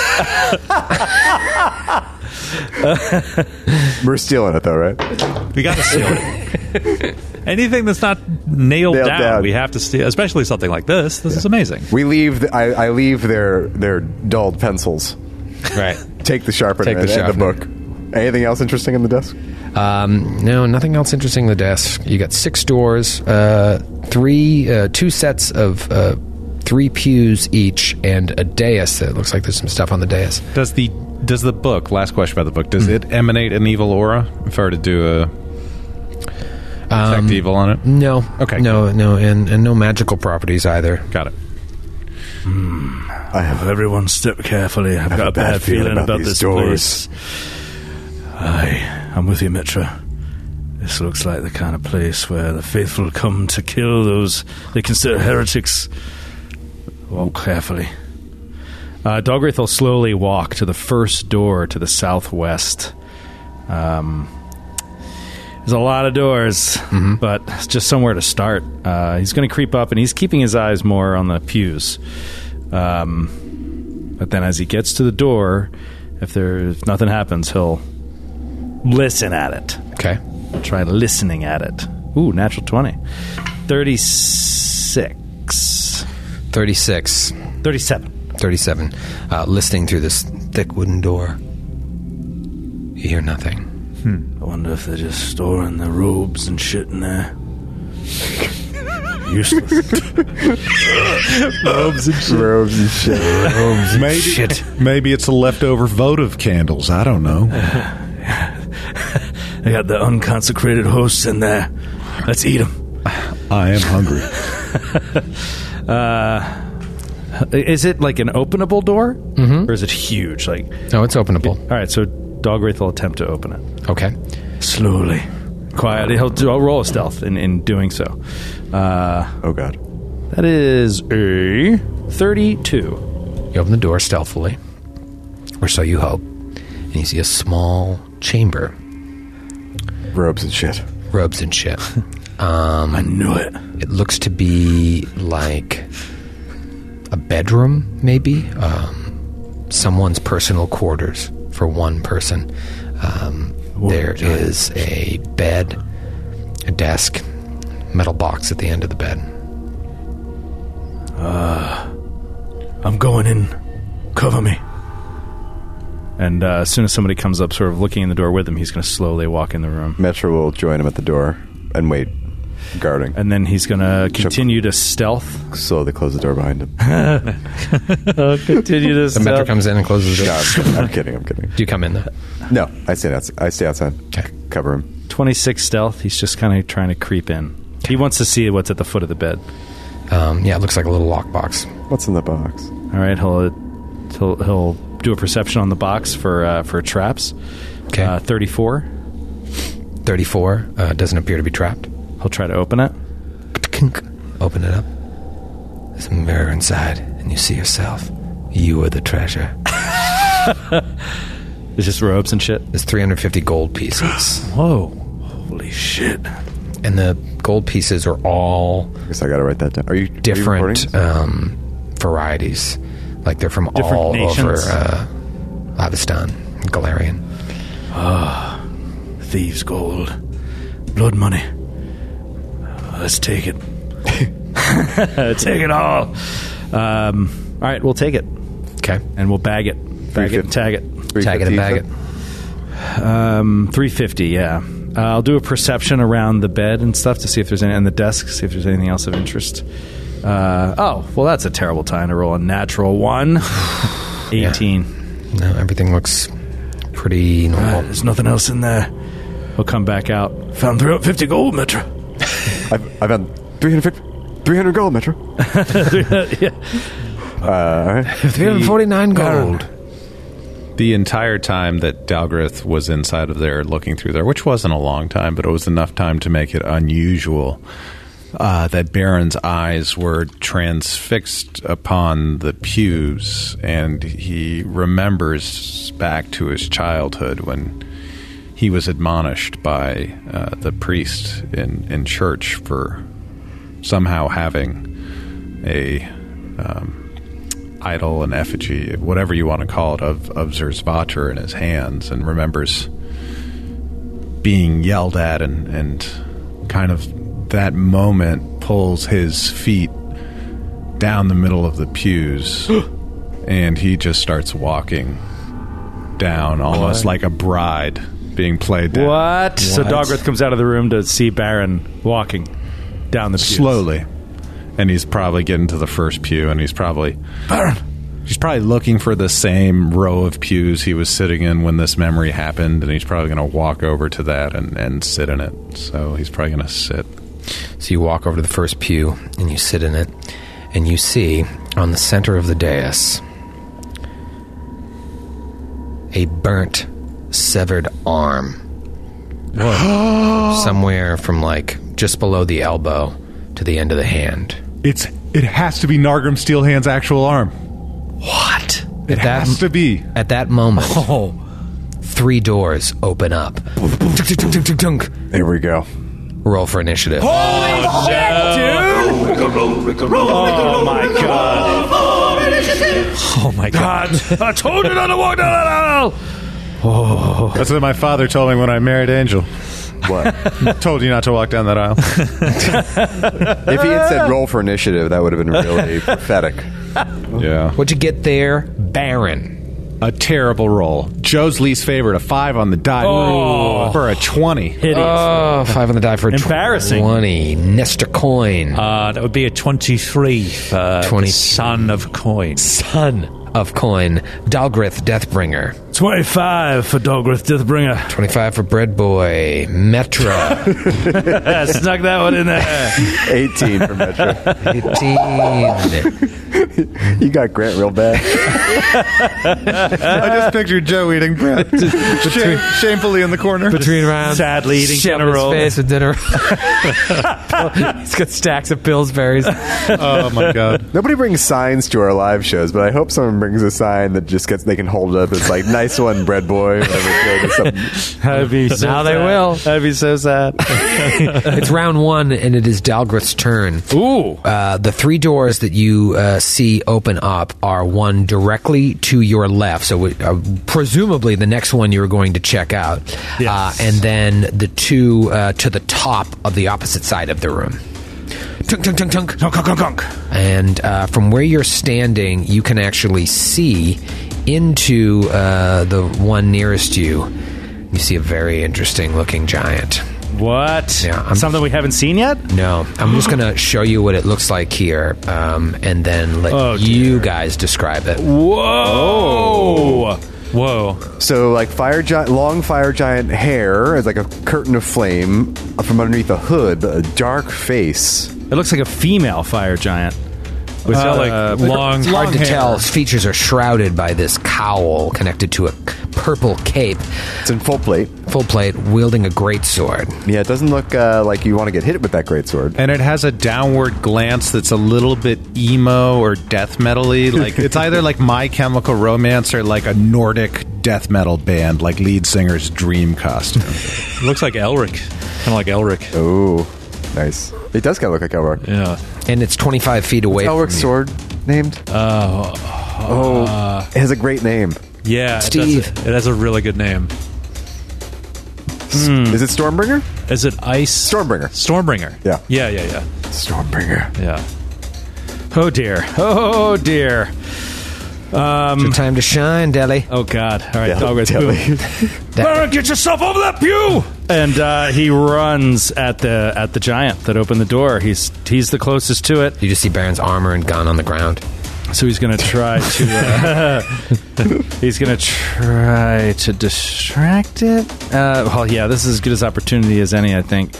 Speaker 3: We're stealing it though, right?
Speaker 7: we got to steal it. Anything that's not nailed,
Speaker 3: Nailed
Speaker 7: down,
Speaker 3: down.
Speaker 7: we have to steal. Especially something like this. This is amazing.
Speaker 3: We leave. The, I, I leave their their dulled pencils.
Speaker 4: Right.
Speaker 3: Take the sharpener
Speaker 4: Take the
Speaker 3: and, and
Speaker 4: sharpener.
Speaker 3: the book. Anything else interesting in the desk?
Speaker 4: Um, no, nothing else interesting. in The desk. You got six doors, uh, three, uh, two sets of uh, three pews each, and a dais. That looks like there's some stuff on the dais.
Speaker 6: Does the does the book? Last question about the book. Does it emanate an evil aura? If I were to do a detect evil on it,
Speaker 4: No.
Speaker 6: Okay,
Speaker 4: No. No. And and no magical properties either.
Speaker 6: got it.
Speaker 8: Everyone step carefully. I've got a bad, feeling, about,
Speaker 3: these
Speaker 8: this
Speaker 3: doors.
Speaker 8: place. Aye, I'm with you, Mitra. This looks like the kind of place where the faithful come to kill those they consider heretics. Walk carefully.
Speaker 2: Uh, Dalgraith will slowly walk to the first door to the southwest. Um, there's a lot of doors,
Speaker 8: Mm-hmm.
Speaker 2: but it's just somewhere to start. Uh, he's going to creep up, and he's keeping his eyes more on the pews. Um, but then, as he gets to the door, if there if nothing happens, he'll listen at it.
Speaker 4: Okay.
Speaker 2: Try listening at it. Ooh, natural twenty. Thirty-six.
Speaker 4: Thirty-six.
Speaker 2: Thirty-seven.
Speaker 4: 37, uh, listening through this thick wooden door. You hear nothing.
Speaker 8: I wonder if they're just storing their robes and shit in there. Useless.
Speaker 3: Robes and shit.
Speaker 6: Oh, Maybe
Speaker 4: Shit.
Speaker 6: maybe it's the leftover votive candles. I don't know.
Speaker 8: they got the unconsecrated hosts in there. Let's eat them.
Speaker 6: I am hungry.
Speaker 2: Uh, Is it like an openable door, mm-hmm. or is it huge? Like, all
Speaker 4: No, Oh, it's openable.
Speaker 2: right, so Dogwraith will attempt to open it
Speaker 4: Okay.
Speaker 8: Slowly.
Speaker 2: quietly. He'll, do, he'll roll a stealth in, in doing so. Uh,
Speaker 3: Oh god.
Speaker 2: that is a thirty-two.
Speaker 4: You open the door stealthily, or so you hope, and you see a small chamber,
Speaker 3: Robes and shit.
Speaker 4: robes and shit.
Speaker 8: I knew it.
Speaker 4: It looks to be like a bedroom, maybe um, someone's personal quarters for one person. Um, there is a bed, a desk, metal box at the end of the bed.
Speaker 8: I'm going in. Cover me.
Speaker 2: And uh, as soon as somebody comes up, sort of looking in the door with him, he's going to slowly walk in the room,
Speaker 3: Metro will join him at the door and wait, guarding.
Speaker 2: and then he's going to continue to stealth.
Speaker 3: Slowly close the door behind him.
Speaker 2: Continue to
Speaker 4: The metro
Speaker 2: stealth.
Speaker 4: comes in and closes the
Speaker 3: No,
Speaker 4: door.
Speaker 3: I'm, I'm kidding. I'm kidding.
Speaker 4: Do you come in though?
Speaker 3: No, I stay outside. I stay outside.
Speaker 4: Okay.
Speaker 3: Cover him.
Speaker 2: Twenty-six stealth. He's just kind of trying to creep in. He wants to see what's at the foot of the bed.
Speaker 4: Um, yeah, it looks like a little lockbox.
Speaker 3: What's in the box?
Speaker 2: All right, he'll he'll, he'll do a perception on the box for uh, for traps.
Speaker 4: Okay.
Speaker 2: Uh, Thirty-four.
Speaker 4: 34 uh, doesn't appear to be trapped.
Speaker 2: He'll try to open it.
Speaker 4: Kink. Open it up. There's a mirror inside, and you see yourself. You are the treasure.
Speaker 2: It's just robes and shit.
Speaker 4: There's 350 gold pieces,
Speaker 2: Whoa.
Speaker 4: and the gold pieces are all
Speaker 3: I guess I gotta write that down. Are you are you recording
Speaker 4: different
Speaker 3: this?
Speaker 4: um, varieties. Like they're from all over
Speaker 2: nations.
Speaker 4: uh, Lavistan, Galarian.
Speaker 9: Thieves' gold. Blood money. Uh, Let's take it.
Speaker 2: Take it all. Um, all right, we'll take it
Speaker 4: Okay.
Speaker 2: and we'll bag it. Bag it and tag it.
Speaker 4: Tag it and bag it.
Speaker 2: 350, yeah. Uh, I'll do a perception around the bed and stuff to see if there's any, and the desk, see if there's anything else of interest. Uh, oh, well, that's a terrible time to roll a natural one. 18.
Speaker 4: No, everything looks pretty
Speaker 2: Uh,
Speaker 4: normal.
Speaker 9: There's nothing else in there.
Speaker 2: He'll come back out.
Speaker 9: Found 350 gold, Metro.
Speaker 3: I've, I've had 350, 300 gold, Metro. uh, all right.
Speaker 4: 349 gold.
Speaker 6: The entire time that Dalgrith was inside of there looking through there, which wasn't a long time, but it was enough time to make it unusual, uh, that Baron's eyes were transfixed upon the pews, and he remembers back to his childhood when he was admonished by uh, the priest in, in church for somehow having a um, idol, an effigy, whatever you want to call it, of, of Zerzvater in his hands and remembers being yelled at and, and kind of that moment pulls his feet down the middle of the pews and he just starts walking down almost like a bride being played down
Speaker 2: What? So Dogrith comes out of the room to see Baron walking down the pews.
Speaker 6: slowly and he's probably getting to the first pew and he's probably he's probably looking for the same row of pews he was sitting in when this memory happened and he's probably going to walk over to that and, and sit in it so he's probably going to sit
Speaker 4: So you walk over to the first pew and you sit in it, and you see on the center of the dais a burnt, severed arm. Somewhere from like just below the elbow to the end of the hand.
Speaker 6: it's it has to be nargrim steelhand's actual arm
Speaker 4: What?
Speaker 6: it has to Oh. be
Speaker 4: At that moment, three doors open up. Tunk, tunk, tunk, tunk, tunk.
Speaker 3: There we go.
Speaker 4: Roll for initiative.
Speaker 2: Oh my god.
Speaker 7: Oh my god!
Speaker 2: I told you not to walk down that aisle!
Speaker 6: that's what my father told me when i married angel
Speaker 3: What?
Speaker 6: told you not to walk down that aisle
Speaker 3: if he had said roll for initiative, that would have been really prophetic.
Speaker 6: yeah
Speaker 4: What'd you get there, Baron?
Speaker 6: a terrible roll joe's least favorite a five on the die for a 20
Speaker 4: Oh, five on the die for
Speaker 2: Uh, Embarrassing.
Speaker 4: twenty. Nestor coin.
Speaker 7: Uh, that would be a twenty-three. Uh,
Speaker 4: 20.
Speaker 7: Son of coin.
Speaker 4: Son of coin, Dalgrith Deathbringer.
Speaker 9: 25 for Dogrith Deathbringer.
Speaker 4: 25 for Bread Boy, Metro.
Speaker 2: Snuck that one in there.
Speaker 3: 18 for Metro.
Speaker 4: 18.
Speaker 3: You got Grant real bad.
Speaker 6: I just pictured Joe eating bread, Shame, shamefully in the corner.
Speaker 4: Between rounds.
Speaker 2: Sadly eating
Speaker 4: shoving
Speaker 2: dinner roll.
Speaker 4: his face with dinner. He's got stacks of Pillsbury's.
Speaker 6: Oh my god!
Speaker 3: Nobody brings signs to our live shows, but I hope someone brings a sign that just gets they can hold it up. It's like nice one, bread boy. Whatever, it's like something-
Speaker 2: That'd be so
Speaker 4: Now they
Speaker 2: sad.
Speaker 4: will.
Speaker 2: That'd be so sad.
Speaker 4: It's round one, and it is Dalgrith's turn.
Speaker 2: Ooh.
Speaker 4: Uh, the three doors that you uh, see open up are one directly to your left, so it- uh, presumably the next one you're going to check out, uh, and then the two uh, to the top of the opposite side of the room. Tunk, tunk, tunk, tunk.
Speaker 9: Conk, conk, conk.
Speaker 4: And uh, from where you're standing, you can actually see into uh, the one nearest you. You see a very interesting looking giant.
Speaker 2: What?
Speaker 4: Yeah, I'm-
Speaker 2: Something we haven't seen yet?
Speaker 4: No, I'm just going to show you what it looks like here
Speaker 2: Oh,
Speaker 4: um, and then let you guys describe it.
Speaker 2: Whoa! Whoa.
Speaker 3: So like fire giant, long fire giant hair is like a curtain of flame from underneath a hood, a dark face.
Speaker 2: It looks like a female fire giant. With,
Speaker 7: Uh, like
Speaker 2: uh,
Speaker 7: long,
Speaker 4: It's hard
Speaker 7: long
Speaker 4: to
Speaker 7: hair.
Speaker 4: tell. Its features are shrouded by this cowl connected to a purple cape,
Speaker 3: It's in full plate.
Speaker 4: full plate, wielding a great sword.
Speaker 3: Yeah, it doesn't look uh, like you want to get hit with that great sword.
Speaker 6: and it has a downward glance that's a little bit emo or death metal-y. Like it's either like My Chemical Romance or like a Nordic death metal band, like lead singer's dream costume.
Speaker 7: Looks like Elric, kind of like Elric.
Speaker 3: Oh, nice. It does kind of look like Elric.
Speaker 7: Yeah.
Speaker 4: And it's 25 feet away from
Speaker 3: Elric's
Speaker 4: you.
Speaker 3: sword named? oh, it has a great name.
Speaker 7: Yeah, it does-
Speaker 4: Steve.
Speaker 7: It has a really good name.
Speaker 3: Is it Stormbringer?
Speaker 7: Is it Ice
Speaker 3: Stormbringer.
Speaker 7: Stormbringer.
Speaker 3: Yeah.
Speaker 7: Yeah. Yeah. Yeah.
Speaker 3: Stormbringer.
Speaker 7: Yeah.
Speaker 2: oh dear. Oh dear.
Speaker 4: It's
Speaker 2: Um,
Speaker 4: your time to shine, Deli.
Speaker 2: Oh god. All right.
Speaker 3: Yeah,
Speaker 2: dog was
Speaker 3: tell me.
Speaker 2: moving. Baron, get yourself over that pew. And uh, he runs at the at the giant that opened the door. He's he's the closest to it,
Speaker 4: You just see Baron's armor and gun on the ground.
Speaker 2: so he's gonna try to. Uh, he's gonna try to distract it. Uh, well, yeah, this is as good as opportunity as any, I think.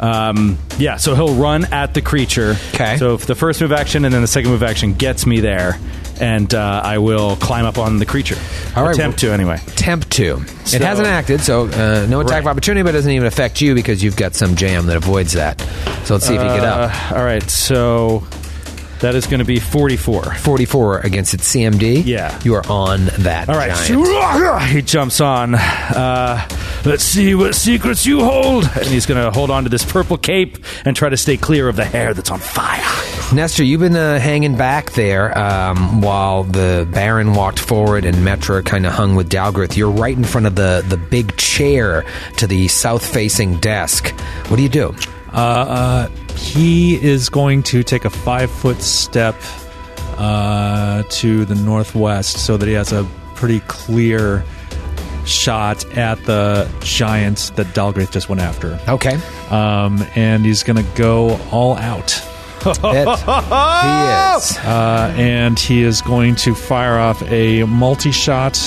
Speaker 2: Um, yeah, so he'll run at the creature.
Speaker 4: 'Kay.
Speaker 2: So if the first move action and then the second move action gets me there, and uh, I will climb up on the creature.
Speaker 4: All right.
Speaker 2: Attempt to anyway.
Speaker 4: Attempt to.
Speaker 2: So-
Speaker 4: it hasn't acted, so uh, no attack of opportunity, but it doesn't even affect you because you've got some jam that avoids that. So let's see if you get up.
Speaker 2: Uh, all right, so that is going to be 44.
Speaker 4: 44 against its CMD.
Speaker 2: Yeah.
Speaker 4: You are on that.
Speaker 2: All right,
Speaker 4: giant.
Speaker 2: he jumps on. Uh, let's see what secrets you hold, and he's going to hold on to this purple cape and try to stay clear of the hair that's on fire.
Speaker 4: Nestor, you've been uh, hanging back there um, while the Baron walked forward and Metra kind of hung with Dalgrith. You're right in front of the, the big chair to the south facing desk. What do you do?
Speaker 7: Uh, uh, he is going to take a five foot step uh, to the northwest so that he has a pretty clear shot at the giant that Dalgrith just went after.
Speaker 4: Okay.
Speaker 7: Um, and he's going to go all out.
Speaker 4: It- he is.
Speaker 7: Uh, and he is going to fire off a multi shot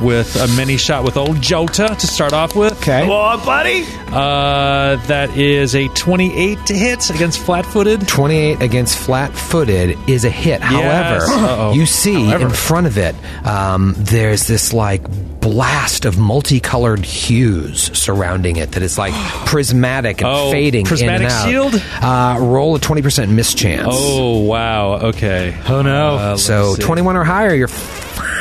Speaker 7: with a mini shot with old Jota to start off with.
Speaker 4: Okay.
Speaker 7: Uh, that is a 28 to hit against flat footed.
Speaker 4: 28 against flat footed is a hit.
Speaker 7: Yes.
Speaker 4: However,
Speaker 7: Uh-oh.
Speaker 4: you see in front of it, um, there's this like blast of multicolored hues surrounding it that is like prismatic and
Speaker 7: Oh,
Speaker 4: fading in
Speaker 7: prismatic
Speaker 4: and out.
Speaker 7: shield?
Speaker 4: Uh, roll a 20% mischance.
Speaker 7: Oh wow! Okay. Oh no!
Speaker 4: so 21 or higher, you're.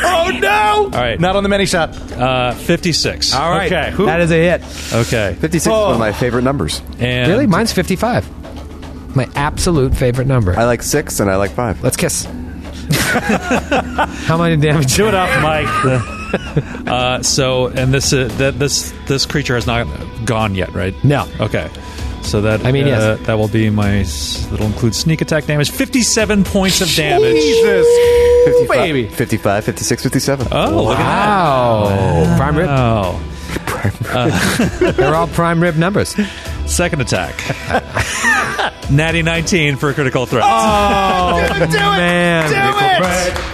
Speaker 2: Oh no! All right, not on the many shot.
Speaker 7: uh, fifty-six.
Speaker 4: All right.
Speaker 2: Okay, who-
Speaker 4: That is a hit.
Speaker 7: Okay,
Speaker 3: 56 is one of my favorite numbers.
Speaker 7: and
Speaker 4: Really? Mine's 55. My absolute favorite number.
Speaker 3: I like 6 and I like 5.
Speaker 4: Let's kiss. How many damage?
Speaker 2: Do it up, Mike.
Speaker 7: uh, so and this uh, that this this creature has not gone yet, right?
Speaker 4: No.
Speaker 7: Okay, so that
Speaker 4: I mean,
Speaker 7: uh,
Speaker 4: yes.
Speaker 7: that will be my s- that'll include sneak attack damage. Fifty-seven points of damage.
Speaker 6: Jesus.
Speaker 3: 55,
Speaker 6: baby.
Speaker 3: 55, 56, 57.
Speaker 7: Oh, look at that!
Speaker 4: Wow. Prime rib.
Speaker 7: Oh,
Speaker 4: They're all prime rib numbers.
Speaker 7: second attack. Natty nineteen for a critical threat.
Speaker 4: Ah! Man.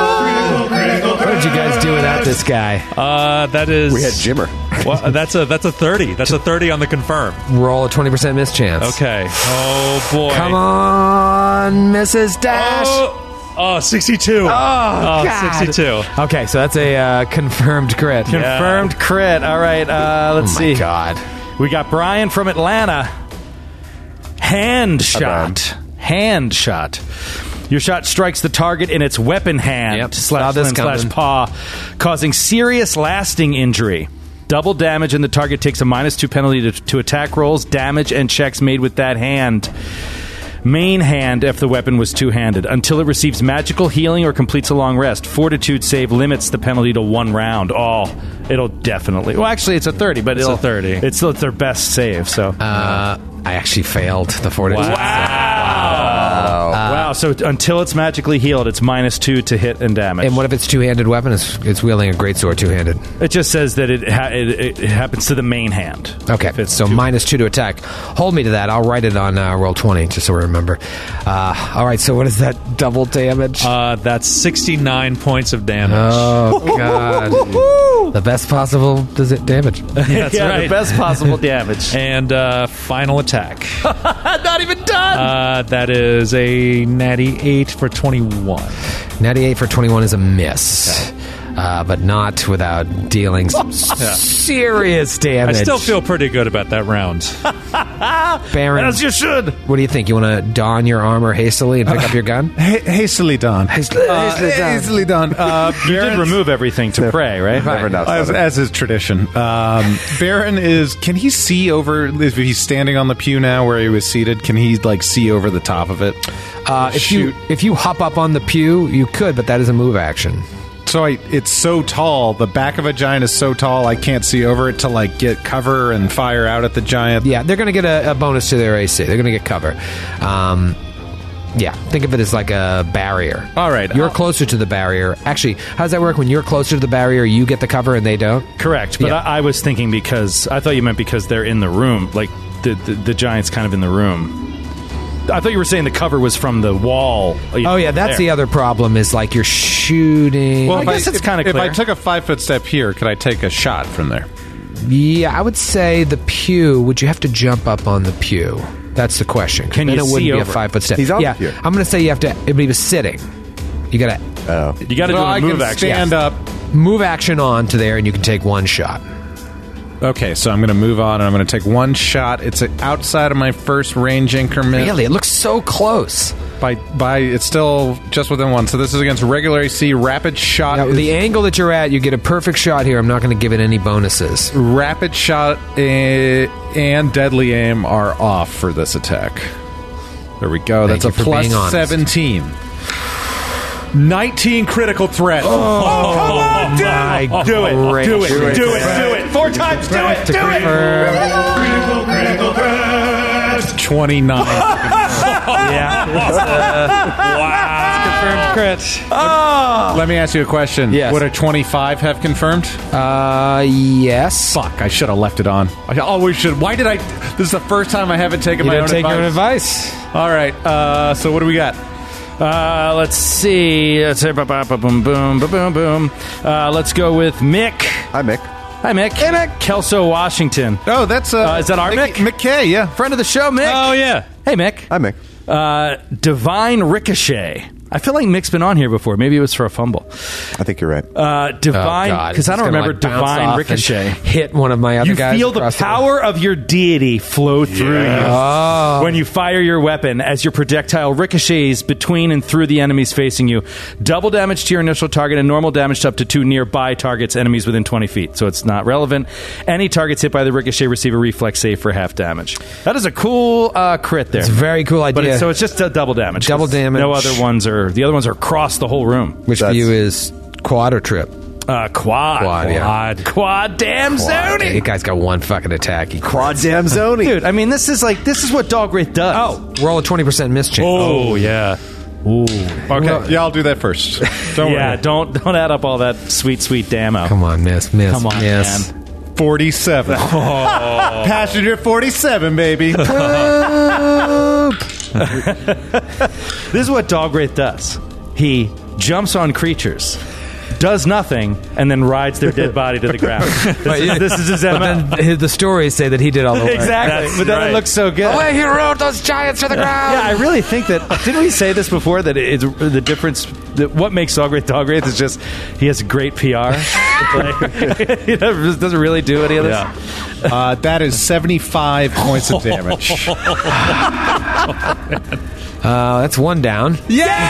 Speaker 4: What did you guys do without this guy?
Speaker 7: Uh, that is
Speaker 3: We had Jimmer.
Speaker 7: Well, uh, that's a that's a thirty. That's a thirty on the confirm.
Speaker 4: Roll a 20% mischance.
Speaker 7: Okay. Oh boy!
Speaker 4: Come on, Mrs. Dash.
Speaker 7: Oh, oh 62. Oh,
Speaker 4: God.
Speaker 7: 62.
Speaker 10: Okay, so that's a uh, confirmed crit.
Speaker 2: Confirmed crit. All right, uh, let's see.
Speaker 4: Oh God.
Speaker 2: We got Brian from Atlanta. Hand shot. Hand shot. Your shot strikes the target in its weapon hand
Speaker 4: Yep, saw
Speaker 2: slash
Speaker 4: this
Speaker 2: limb slash
Speaker 4: coming.
Speaker 2: paw, causing serious lasting injury. Double damage, and the target takes a minus two penalty to, to attack rolls, damage, and checks made with that hand. Main hand if the weapon was two handed, until it receives magical healing or completes a long rest. Fortitude save limits the penalty to one round. Oh, it'll definitely. Well, actually, it's a 30, but it's
Speaker 7: a 30.
Speaker 2: It's still it's their best save, so.
Speaker 4: Uh, I actually failed the 40.
Speaker 2: Wow. Wow. Wow. So until it's magically healed, it's minus two to hit and damage.
Speaker 4: And what if it's two-handed weapon? It's, it's wielding a greatsword two-handed.
Speaker 2: It just says that it ha- it, it happens to the main hand.
Speaker 4: Okay, so minus two to attack. Hold me to that. I'll write it on uh, roll twenty just so I remember. Uh, all right. So what is that double damage?
Speaker 7: Uh, that's 69 points of damage.
Speaker 4: oh god! the best possible does it damage?
Speaker 7: That's
Speaker 2: yeah,
Speaker 7: right.
Speaker 2: the best possible damage.
Speaker 7: And uh, final attack.
Speaker 2: Not even done.
Speaker 7: Uh, that is a natty 8 for 21.
Speaker 4: Natty eight for twenty-one is a miss, uh, but not without dealing some serious
Speaker 7: I
Speaker 4: damage.
Speaker 7: still feel pretty good about that round.
Speaker 4: Baron.
Speaker 2: As you should.
Speaker 4: What do you think? You want to don your armor hastily and pick up your gun?
Speaker 6: Ha- hastily done.
Speaker 4: Hastily-
Speaker 6: Uh,
Speaker 4: hastily done.
Speaker 6: hastily done. Uh,
Speaker 2: You did
Speaker 6: Baron's-
Speaker 2: remove everything to pray, right?
Speaker 3: Never enough.
Speaker 6: As, as is tradition, um, Baron is. Can he see over? If he's standing on the pew now, where he was seated, can he like see over the top of it?
Speaker 4: Uh, if you if you hop up on the pew, you could, but that is a move action.
Speaker 6: So I, it's so tall. The back of a giant is so tall, I can't see over it to like get cover and fire out at the giant.
Speaker 4: Yeah, they're going to get a, a bonus to their AC. They're going to get cover. Um, yeah, think of it as like a barrier.
Speaker 6: All right,
Speaker 4: You're
Speaker 6: I'll-
Speaker 4: closer to the barrier. Actually, how does that work? When you're closer to the barrier, you get the cover and they don't?
Speaker 2: Correct. But
Speaker 4: Yeah.
Speaker 2: I, I was thinking because I thought you meant because they're in the room. Like the, the the giant's kind of in the room. I thought you were saying the cover was from the wall.
Speaker 4: Oh, yeah, that's the other problem is like you're shooting.
Speaker 2: Well, I guess it's kinda
Speaker 6: if- If I
Speaker 2: clear.
Speaker 6: took a five foot step here, could I take a shot from there?
Speaker 4: yeah, I would say the pew, would you have to jump up on the pew? That's the question. 'cause
Speaker 2: Can
Speaker 4: then
Speaker 2: you
Speaker 4: it wouldn't
Speaker 2: see
Speaker 4: be
Speaker 2: over?
Speaker 4: a five foot step.
Speaker 3: He's on the
Speaker 4: yeah,
Speaker 3: pew.
Speaker 4: I'm going to say you have to, if he was sitting, you got to
Speaker 2: other. You got to
Speaker 6: well,
Speaker 2: do a
Speaker 6: I
Speaker 2: move
Speaker 6: can
Speaker 2: action.
Speaker 6: stand up.
Speaker 4: move action on to there and you can take one shot.
Speaker 6: Okay, so I'm going to move on and I'm going to take one shot. It's outside of my first range increment.
Speaker 4: Really? It looks so close.
Speaker 6: By by, it's still just within one. So this is against regular AC. Rapid shot.
Speaker 4: Now,
Speaker 6: is-
Speaker 4: the angle that you're at, you get a perfect shot here. I'm not going to give it any bonuses.
Speaker 6: rapid shot eh, and deadly aim are off for this attack. There we go.
Speaker 4: Thank
Speaker 6: That's a
Speaker 4: you for
Speaker 6: plus
Speaker 4: being honest.
Speaker 6: 17. 19 critical threat.
Speaker 4: I do it.
Speaker 2: Oh, Do it. Do it. Do it. Four times. Do it. Do it.
Speaker 6: 29.
Speaker 11: Confirmed crit.
Speaker 6: Ah. Let me ask you a question.
Speaker 11: Yes.
Speaker 6: Would a 25 have confirmed?
Speaker 4: Uh, yes.
Speaker 6: Fuck, I should have left it on. I always should. Why did I? This is the first time I haven't taken
Speaker 11: You
Speaker 6: my own
Speaker 11: didn't take
Speaker 6: advice.
Speaker 11: your own advice.
Speaker 6: All right. Uh, so what do we got?
Speaker 2: Uh, let's see. Let's say ba- ba- ba- boom boom ba- boom boom. Uh, let's go with Mick.
Speaker 3: Hi, Mick.
Speaker 2: Hi, Mick. Hey, Mick. Kelso Washington.
Speaker 6: Oh, that's uh,
Speaker 2: Uh, is that our
Speaker 6: Mickey-
Speaker 2: Mick?
Speaker 6: McKay, yeah.
Speaker 2: Friend of the show, Mick.
Speaker 7: Oh, yeah.
Speaker 2: Hey, Mick.
Speaker 3: Hi, Mick.
Speaker 2: Uh, Divine Ricochet. I feel like Mick's been on here before. Maybe it was for a fumble.
Speaker 3: I think you're right.
Speaker 2: Uh, divine, because I
Speaker 4: Oh, It's
Speaker 2: don't
Speaker 4: gonna,
Speaker 2: remember
Speaker 4: like, bounce off
Speaker 2: Divine
Speaker 4: and
Speaker 2: Ricochet.
Speaker 4: Hit one of my other
Speaker 2: You
Speaker 4: guys.
Speaker 2: feel the
Speaker 4: across
Speaker 2: power of your deity flow through
Speaker 4: Oh.
Speaker 2: you when you fire your weapon as your projectile ricochets between and through the enemies facing you. Double damage to your initial target and normal damage to up to two nearby targets, enemies within 20 feet. So it's not relevant. Any targets hit by the ricochet receive a reflex save for half damage. That is a cool uh, crit there.
Speaker 4: It's a very cool idea.
Speaker 2: But it's, so it's just a double damage.
Speaker 4: Double
Speaker 2: 'cause
Speaker 4: damage.
Speaker 2: No other ones are. The other ones are across the whole room.
Speaker 4: which for
Speaker 3: That's-
Speaker 4: you is quad or trip?
Speaker 2: Uh, quad.
Speaker 4: Quad, yeah.
Speaker 2: Quad. Quad damn
Speaker 4: Quad.
Speaker 2: zoning.
Speaker 4: That guy's got one fucking attack. He
Speaker 3: Quad damn zoning.
Speaker 2: Dude, I mean, this is like this is what Dog Wraith does. Oh,
Speaker 4: roll a twenty percent mischance.
Speaker 2: oh, yeah,
Speaker 6: Okay, yeah, I'll do that first. Don't
Speaker 2: yeah.
Speaker 6: worry.
Speaker 2: Don't don't add up all that sweet sweet damo.
Speaker 4: Come on, miss, miss,
Speaker 2: Come on,
Speaker 4: miss.
Speaker 2: man.
Speaker 6: 47. Passenger 47, baby.
Speaker 2: This is what Dog Wraith does. He jumps on creatures, does nothing, and then rides their dead body to the ground. This, is, this is his MO.
Speaker 4: But then the stories say that he did all the work.
Speaker 2: exactly. but then it looks so good.
Speaker 4: Well, he rode those giants to the ground.
Speaker 2: Yeah, I really think that. Didn't we say this before? That it's the difference. That what makes Dog Wraith Dog Wraith is just he has great PR. Like, he doesn't really do any of this.
Speaker 6: Uh, that is 75 points of damage.
Speaker 4: Uh, that's one down.
Speaker 3: yes.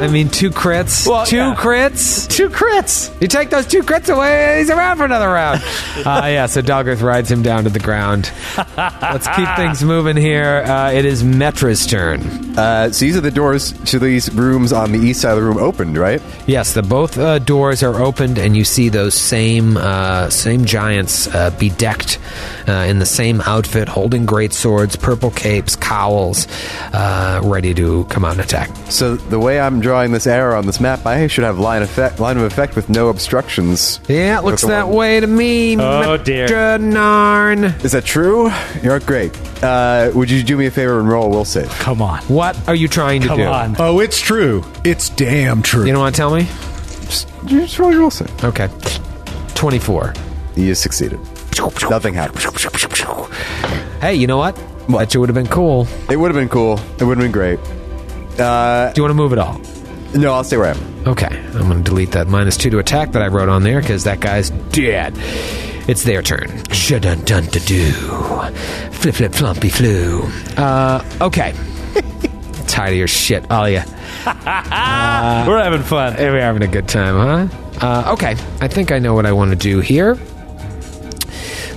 Speaker 4: I mean, two crits. two
Speaker 2: yeah.
Speaker 4: crits.
Speaker 2: Two crits.
Speaker 4: You take those two crits away, he's around for another round. uh, yeah, so Doggers rides him down to the ground. Let's keep things moving here. Uh, it is Metra's turn.
Speaker 3: Uh, so these are the doors to these rooms on the east side of the room opened, right?
Speaker 4: Yes, the both uh, doors are opened, and you see those same uh, same giants uh, bedecked uh, in the same outfit, holding great swords, purple capes, cowls, uh, ready to come out and attack.
Speaker 3: So the way I'm drawing this arrow on this map, I should have line effect, line of effect with no obstructions.
Speaker 4: Yeah, it looks that way to me.
Speaker 3: Oh,
Speaker 4: dear. Narn.
Speaker 3: Is that true? You're great. Uh, would you do me a favor and roll a will save?
Speaker 2: Come on.
Speaker 4: What are you trying to do?
Speaker 5: Oh, it's true. It's damn true.
Speaker 4: You don't want to tell me?
Speaker 3: Just, just roll your will save.
Speaker 4: Okay. 24.
Speaker 3: You succeeded. Nothing happened.
Speaker 4: Hey, you know what? What? That would have been cool.
Speaker 3: It would have been cool. It would have been great. Uh,
Speaker 4: do you want to move at all?
Speaker 3: No, I'll stay where I am.
Speaker 4: Okay. I'm going to delete that minus two to attack that I wrote on there because that guy's dead. It's their turn. Dun dun to do. Flip flip flompy flu. Uh, okay. Tired of your shit, all ya. Uh,
Speaker 2: We're having fun.
Speaker 4: We're having a good time, huh? Uh, okay. I think I know what I want to do here.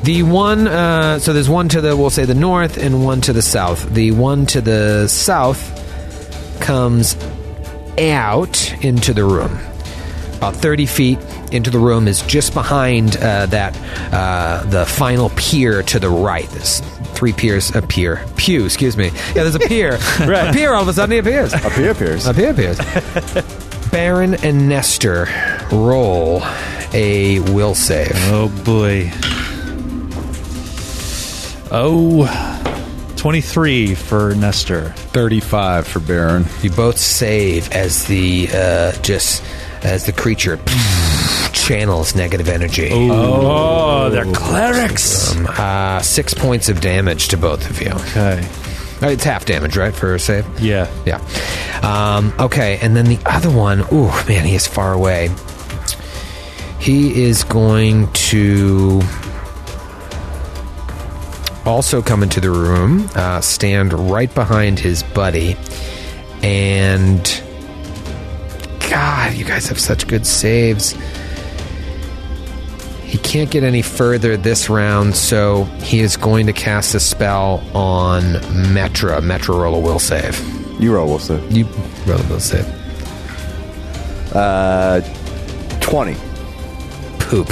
Speaker 4: The one, uh, so there's one to the, we'll say the north and one to the south. The one to the south comes out into the room. About 30 feet into the room is just behind uh, that, uh, the final pier to the right. There's three piers, a pier, pew, excuse me. Yeah, there's a pier.
Speaker 3: Right.
Speaker 4: A pier all of a sudden he appears.
Speaker 3: Up here appears.
Speaker 4: Up here appears. Baron and Nestor roll a will save.
Speaker 7: Oh boy. Oh, 23 for Nestor.
Speaker 6: 35 for Baron.
Speaker 4: You both save as the uh, just as the creature channels negative energy.
Speaker 2: Oh, they're clerics.
Speaker 4: Um, uh, six points of damage to both of you. Uh,
Speaker 2: Okay.
Speaker 4: It's half damage, right, for a save?
Speaker 2: Yeah.
Speaker 4: Yeah. Um, okay, and then the other one, ooh, man, he is far away. He is going to also come into the room, uh, stand right behind his buddy, and. God, you guys have such good saves. He can't get any further this round, so he is going to cast a spell on Metra. Metra roll a will save.
Speaker 3: You roll a will save.
Speaker 4: You roll a will save.
Speaker 3: Uh, 20.
Speaker 4: Poop.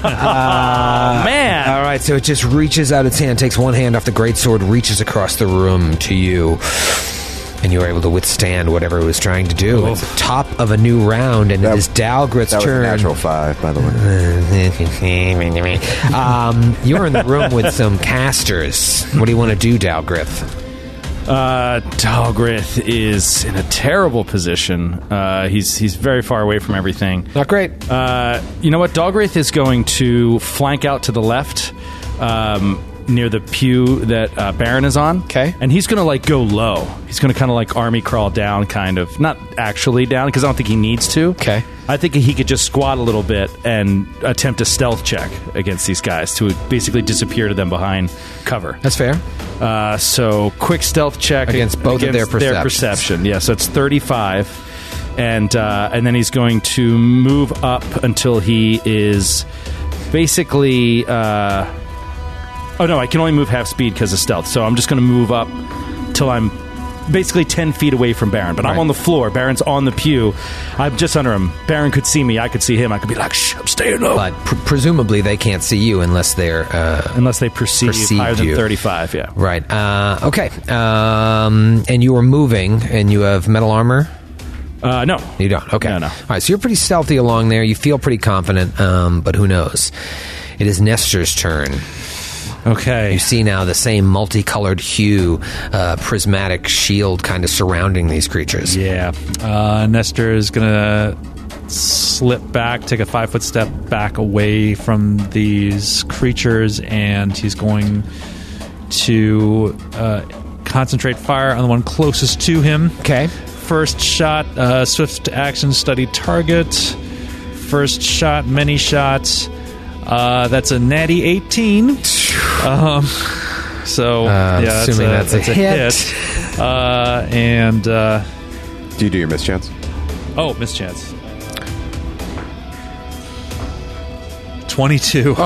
Speaker 2: man.
Speaker 4: All right, so it just reaches out its hand, takes one hand off the greatsword, reaches across the room to you, and you were able to withstand whatever it was trying to do. It's the top of a new round, and it is Dalgrit's
Speaker 3: That was a
Speaker 4: turn.
Speaker 3: natural five, by the
Speaker 4: Uh,
Speaker 3: way.
Speaker 4: um, you're in the room with some casters. What do you want to do, Dalgrith?
Speaker 2: Uh, Dalgrith is in a terrible position. Uh, he's he's very far away from everything.
Speaker 4: Not great.
Speaker 2: Uh, you know what? Dalgrith is going to flank out to the left um, near the pew that uh, Baron is on.
Speaker 4: Okay.
Speaker 2: And he's going to, like, go low. He's going to kind of, like, army crawl down, kind of. Not actually down, because I don't think he needs to.
Speaker 4: Okay.
Speaker 2: I think he could just squat a little bit and attempt a stealth check against these guys to basically disappear to them behind cover.
Speaker 4: That's fair.
Speaker 2: Uh, so quick stealth check
Speaker 4: Against both of
Speaker 2: their
Speaker 4: their perceptions.
Speaker 2: perception. Yeah, so it's thirty-five, and uh, and then he's going to move up until he is basically. Uh, oh no, I can only move half speed because of stealth. So I'm just going to move up till I'm basically ten feet away from Baron. But I'm on the floor. Baron's on the pew. I'm just under him. Baron could see me. I could see him. I could be like, "Shh, I'm staying low."
Speaker 4: But pr- presumably they can't see you unless they're uh,
Speaker 2: Unless they perceive,
Speaker 4: Perceive
Speaker 2: higher
Speaker 4: you.
Speaker 2: than thirty-five. Yeah.
Speaker 4: right. Uh, okay, um, and you are moving, and you have metal armor.
Speaker 2: Uh, no.
Speaker 4: You don't. Okay.
Speaker 2: No, no.
Speaker 4: All right. So you're pretty stealthy along there. You feel pretty confident, um, but who knows? It is Nestor's turn.
Speaker 2: Okay.
Speaker 4: You see now the same multicolored hue, uh, prismatic shield kind of surrounding these creatures.
Speaker 7: Yeah. Uh, Nestor is going to slip back, take a five foot step back away from these creatures, and he's going to uh, concentrate fire on the one closest to him.
Speaker 4: Okay.
Speaker 7: First shot, uh, swift action study target. First shot, many shots. Uh, that's a natty 18. Um, so,
Speaker 4: Uh,
Speaker 7: yeah,
Speaker 4: assuming that's a hit.
Speaker 7: hit. Uh, and. Uh,
Speaker 3: Do you do your mischance?
Speaker 7: Oh, mischance. 22.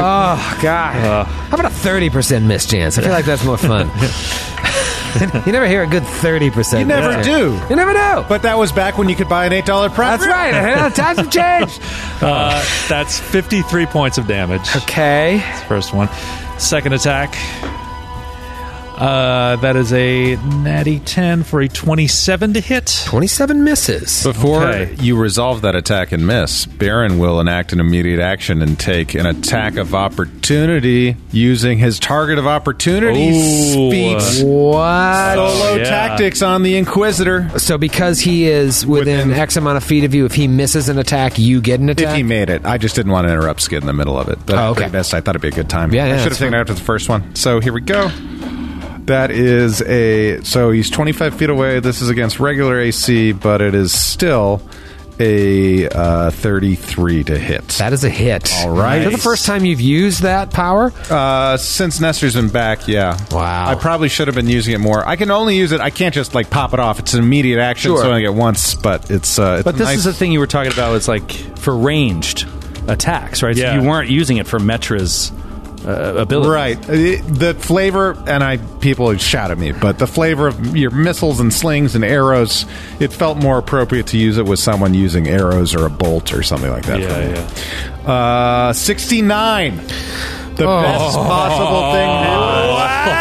Speaker 4: Oh God! How about a thirty percent miss chance? I feel like that's more fun. you never hear a good thirty percent.
Speaker 6: You never do.
Speaker 4: You never do.
Speaker 6: But that was back when you could buy an $8 prop.
Speaker 4: that's right. I know, Times have changed.
Speaker 7: uh, that's 53 points of damage.
Speaker 4: Okay.
Speaker 7: First one. Second attack. Uh, that is a natty 10 for a 27 to hit.
Speaker 4: 27 misses.
Speaker 6: Before
Speaker 7: Okay.
Speaker 6: you resolve that attack and miss, Baron will enact an immediate action and take an attack of opportunity using his target of opportunity
Speaker 2: Ooh.
Speaker 6: speech
Speaker 4: What?
Speaker 6: solo tactics on the Inquisitor.
Speaker 4: So because he is within, X amount of feet of you, if he misses an attack, you get an
Speaker 6: If
Speaker 4: attack.
Speaker 6: he made it, I just didn't want to interrupt Skid in the middle of it. But
Speaker 4: uh, Oh, okay.
Speaker 6: I best I thought it'd be a good time.
Speaker 4: Yeah, yeah,
Speaker 6: I should
Speaker 4: that's
Speaker 6: have taken it after the first one. So here we go. That is a so he's 25 feet away. This is against regular AC, but it is still a uh, 33 to hit.
Speaker 4: that is a hit.
Speaker 6: All right.
Speaker 4: Is that the first time you've used that power?
Speaker 6: Uh, since Nestor's been back, yeah.
Speaker 4: Wow.
Speaker 6: I probably should have been using it more. I can only use it. I can't just like pop it off. It's an immediate action, so I only get once. But it's uh, it's
Speaker 2: But this
Speaker 6: nice.
Speaker 2: is the thing you were talking about. It's like for ranged attacks, right?
Speaker 12: Yeah.
Speaker 2: So you weren't using it for Metra's uh, ability.
Speaker 6: Right, It- the flavor, and I people shout at me, but the flavor of your missiles and slings and arrows, it felt more appropriate to use it with someone using arrows or a bolt or something like that.
Speaker 2: Yeah, yeah.
Speaker 6: Uh, sixty nine, the best possible thing.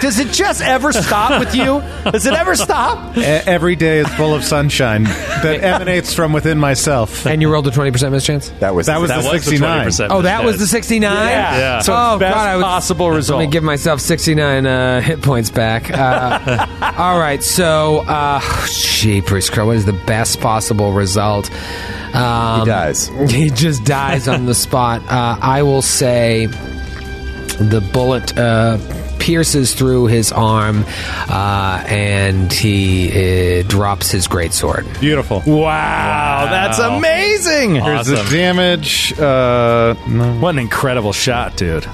Speaker 4: does it just ever stop with you? Does it ever stop?
Speaker 6: E- Every day is full of sunshine that emanates from within myself.
Speaker 4: And you rolled a twenty percent miss chance.
Speaker 3: That was
Speaker 6: That was the sixty nine.
Speaker 4: Oh, that was the sixty-nine.
Speaker 2: Yeah. So
Speaker 4: oh
Speaker 2: best
Speaker 4: God, I was
Speaker 2: possible result.
Speaker 4: Let me give myself 69 uh, hit points back. Uh, all right, so, uh, gee, Priest Crow, what is the best possible result? Um,
Speaker 3: He dies.
Speaker 4: He just dies on the spot. Uh, I will say the bullet uh, pierces through his arm uh, and he uh, drops his greatsword.
Speaker 6: Beautiful.
Speaker 2: wow, that's amazing.
Speaker 6: Here's the damage. Uh, no.
Speaker 2: What an incredible shot, dude.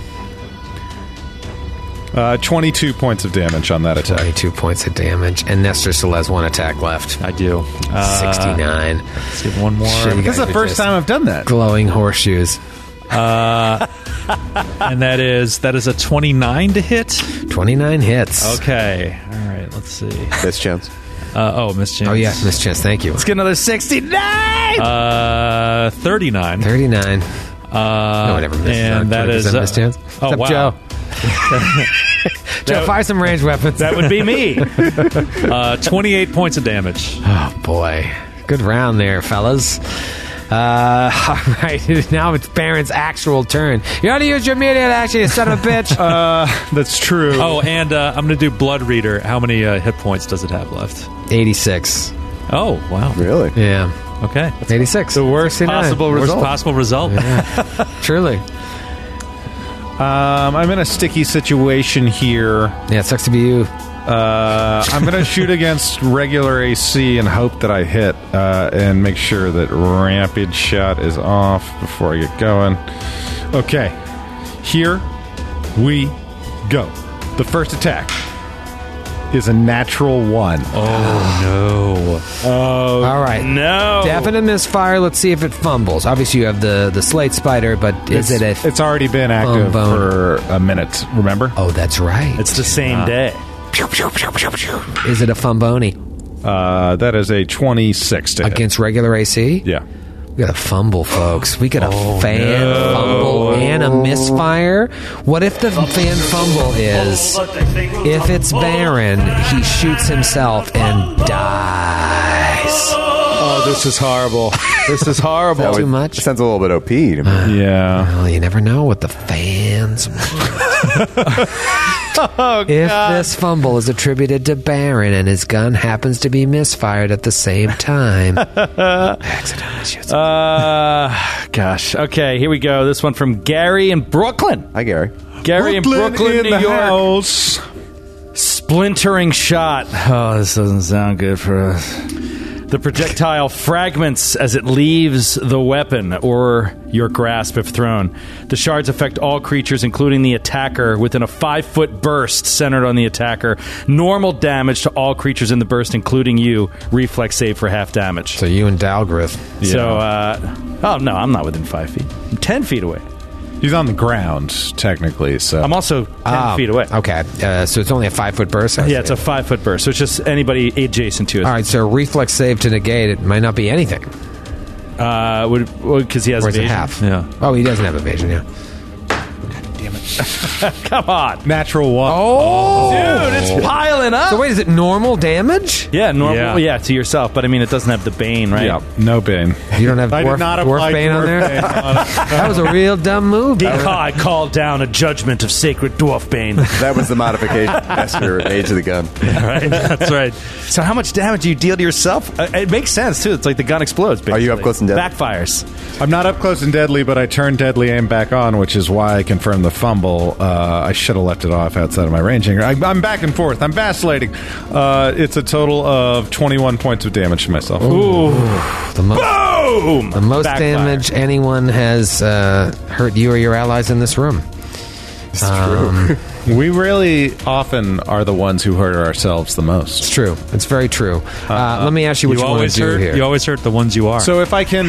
Speaker 6: uh, twenty-two points of damage on that attack.
Speaker 4: 22 points of damage, and Nestor still has one attack left.
Speaker 2: I do.
Speaker 7: Uh,
Speaker 4: 69.
Speaker 2: Let's give one more.
Speaker 4: Shit, we
Speaker 6: This is
Speaker 4: gotta do
Speaker 6: the first
Speaker 4: this.
Speaker 6: time I've done that.
Speaker 4: Glowing horseshoes.
Speaker 7: And that is that is a 29 to hit.
Speaker 4: 29 hits.
Speaker 7: Okay. All right, let's see.
Speaker 3: this chance.
Speaker 7: Uh, oh, Miss James.
Speaker 4: Oh yeah, Miss Chance, thank you.
Speaker 2: Get another 69.
Speaker 7: Uh, 39.
Speaker 4: Thirty-nine.
Speaker 7: Uh,
Speaker 4: no one ever misses.
Speaker 7: And
Speaker 4: on
Speaker 7: that is.
Speaker 4: 20%
Speaker 7: uh,
Speaker 4: Miss Chance.
Speaker 7: Oh,
Speaker 4: What's up,
Speaker 7: wow.
Speaker 4: Joe? Joe, fire some range weapons.
Speaker 2: That would be me.
Speaker 7: Uh, 28 points of damage.
Speaker 4: oh boy, good round there, fellas. Uh, all right, now it's Baron's actual turn. You ought to use your immediate action, you son of a bitch.
Speaker 6: That's true.
Speaker 7: Oh, and uh, I'm going to do Blood Reader. How many uh, hit points does it have left?
Speaker 4: Eighty-six.
Speaker 7: Oh, wow.
Speaker 3: Really?
Speaker 4: Yeah,
Speaker 7: Okay.
Speaker 4: eighty-six. The worst
Speaker 7: Possible result. possible result.
Speaker 4: Truly.
Speaker 6: Um, I'm in a sticky situation here.
Speaker 4: Yeah, it sucks to be you.
Speaker 6: Uh, I'm going to shoot against regular AC and hope that I hit uh, and make sure that rapid shot is off before I get going. Okay. Here we go. The first attack is a natural one.
Speaker 4: all right.
Speaker 2: no.
Speaker 4: Definite misfire. Let's see if it fumbles. Obviously, you have the the slate spider, but is it a?
Speaker 6: it's, it's already been active
Speaker 4: bone.
Speaker 6: for a minute, remember?
Speaker 4: oh, that's right.
Speaker 2: It's the same
Speaker 6: Ah.
Speaker 2: day.
Speaker 4: Is it a fumboni
Speaker 6: Uh, that is a 26 to hit.
Speaker 4: against regular AC?
Speaker 6: Yeah.
Speaker 4: We got a fumble, folks. We got a
Speaker 2: Oh,
Speaker 4: fan fumble and a misfire. What if the fan fumble is if it's Baron, he shoots himself and dies?
Speaker 6: Oh, this is horrible. This is horrible.
Speaker 3: That
Speaker 4: Too
Speaker 3: was-
Speaker 4: much? Uh.
Speaker 3: Sounds a little bit OP to me.
Speaker 6: yeah.
Speaker 4: Well, you never know what the fans want.
Speaker 2: Oh,
Speaker 4: if this fumble is attributed to Baron and his gun happens to be misfired at the same time, accidentally shoots.
Speaker 2: Uh, gosh. Okay, here we go. This one from Gary in Brooklyn.
Speaker 3: Hi, Gary.
Speaker 2: Gary in Brooklyn,
Speaker 6: in
Speaker 2: New
Speaker 6: the
Speaker 2: York.
Speaker 6: house.
Speaker 2: Splintering shot. Oh, this doesn't sound good for us. The projectile fragments as it leaves the weapon or your grasp if thrown. The shards affect all creatures, including the attacker, within a five foot burst centered on the attacker. Normal damage to all creatures in the burst, including you. Reflex save for half damage.
Speaker 4: So you and Dalgrith.
Speaker 2: So, uh, oh no, I'm not within five feet. I'm ten feet away.
Speaker 6: He's on the ground, technically. So
Speaker 2: I'm also ten
Speaker 4: Ah,
Speaker 2: feet away.
Speaker 4: Okay, uh, so it's only a five foot burst. I
Speaker 2: Yeah,
Speaker 4: see.
Speaker 2: it's a five foot burst. So it's just anybody adjacent to it.
Speaker 4: all right. So reflex save to negate it might not be anything.
Speaker 2: Uh, would because he has
Speaker 4: Or is it
Speaker 2: evasion.
Speaker 4: half?
Speaker 2: Yeah.
Speaker 4: Oh, he doesn't have evasion. Yeah.
Speaker 2: Come on.
Speaker 6: Natural one.
Speaker 4: Oh,
Speaker 2: Dude, it's piling up.
Speaker 4: So wait, is it normal damage?
Speaker 2: Yeah, normal.
Speaker 6: Yeah.
Speaker 2: Yeah. to yourself, but I mean, it doesn't have the bane, right?
Speaker 6: Yeah, no bane.
Speaker 4: You don't have
Speaker 6: I
Speaker 4: dwarf,
Speaker 6: did not
Speaker 4: dwarf
Speaker 6: apply
Speaker 4: bane on
Speaker 6: dwarf
Speaker 4: there.
Speaker 6: bane on it.
Speaker 4: that was a real dumb move.
Speaker 2: Dekai called down a judgment of sacred dwarf bane.
Speaker 3: That was the modification Esther made to the gun.
Speaker 2: right? That's right. So, how much damage do you deal to yourself? Uh, it makes sense too. It's like the gun explodes. Basically.
Speaker 3: Are you up close and deadly?
Speaker 2: Backfires.
Speaker 6: I'm not up close and deadly, but I turned deadly aim back on, which is why I confirmed the fumble. Uh, I should have left it off outside of my ranging. I, I'm back and forth. I'm vacillating. Uh, it's a total of 21 points of damage to myself.
Speaker 4: The most,
Speaker 2: Boom.
Speaker 4: the most
Speaker 2: Backfire.
Speaker 4: damage anyone has uh, hurt you or your allies in this room.
Speaker 6: We really often are the ones who hurt ourselves the most.
Speaker 4: It's true. It's very true. Uh, let me ask you what
Speaker 7: You
Speaker 4: you, want
Speaker 7: always
Speaker 4: to do
Speaker 7: hurt.
Speaker 4: here.
Speaker 7: You always hurt the ones you are.
Speaker 6: So if I can,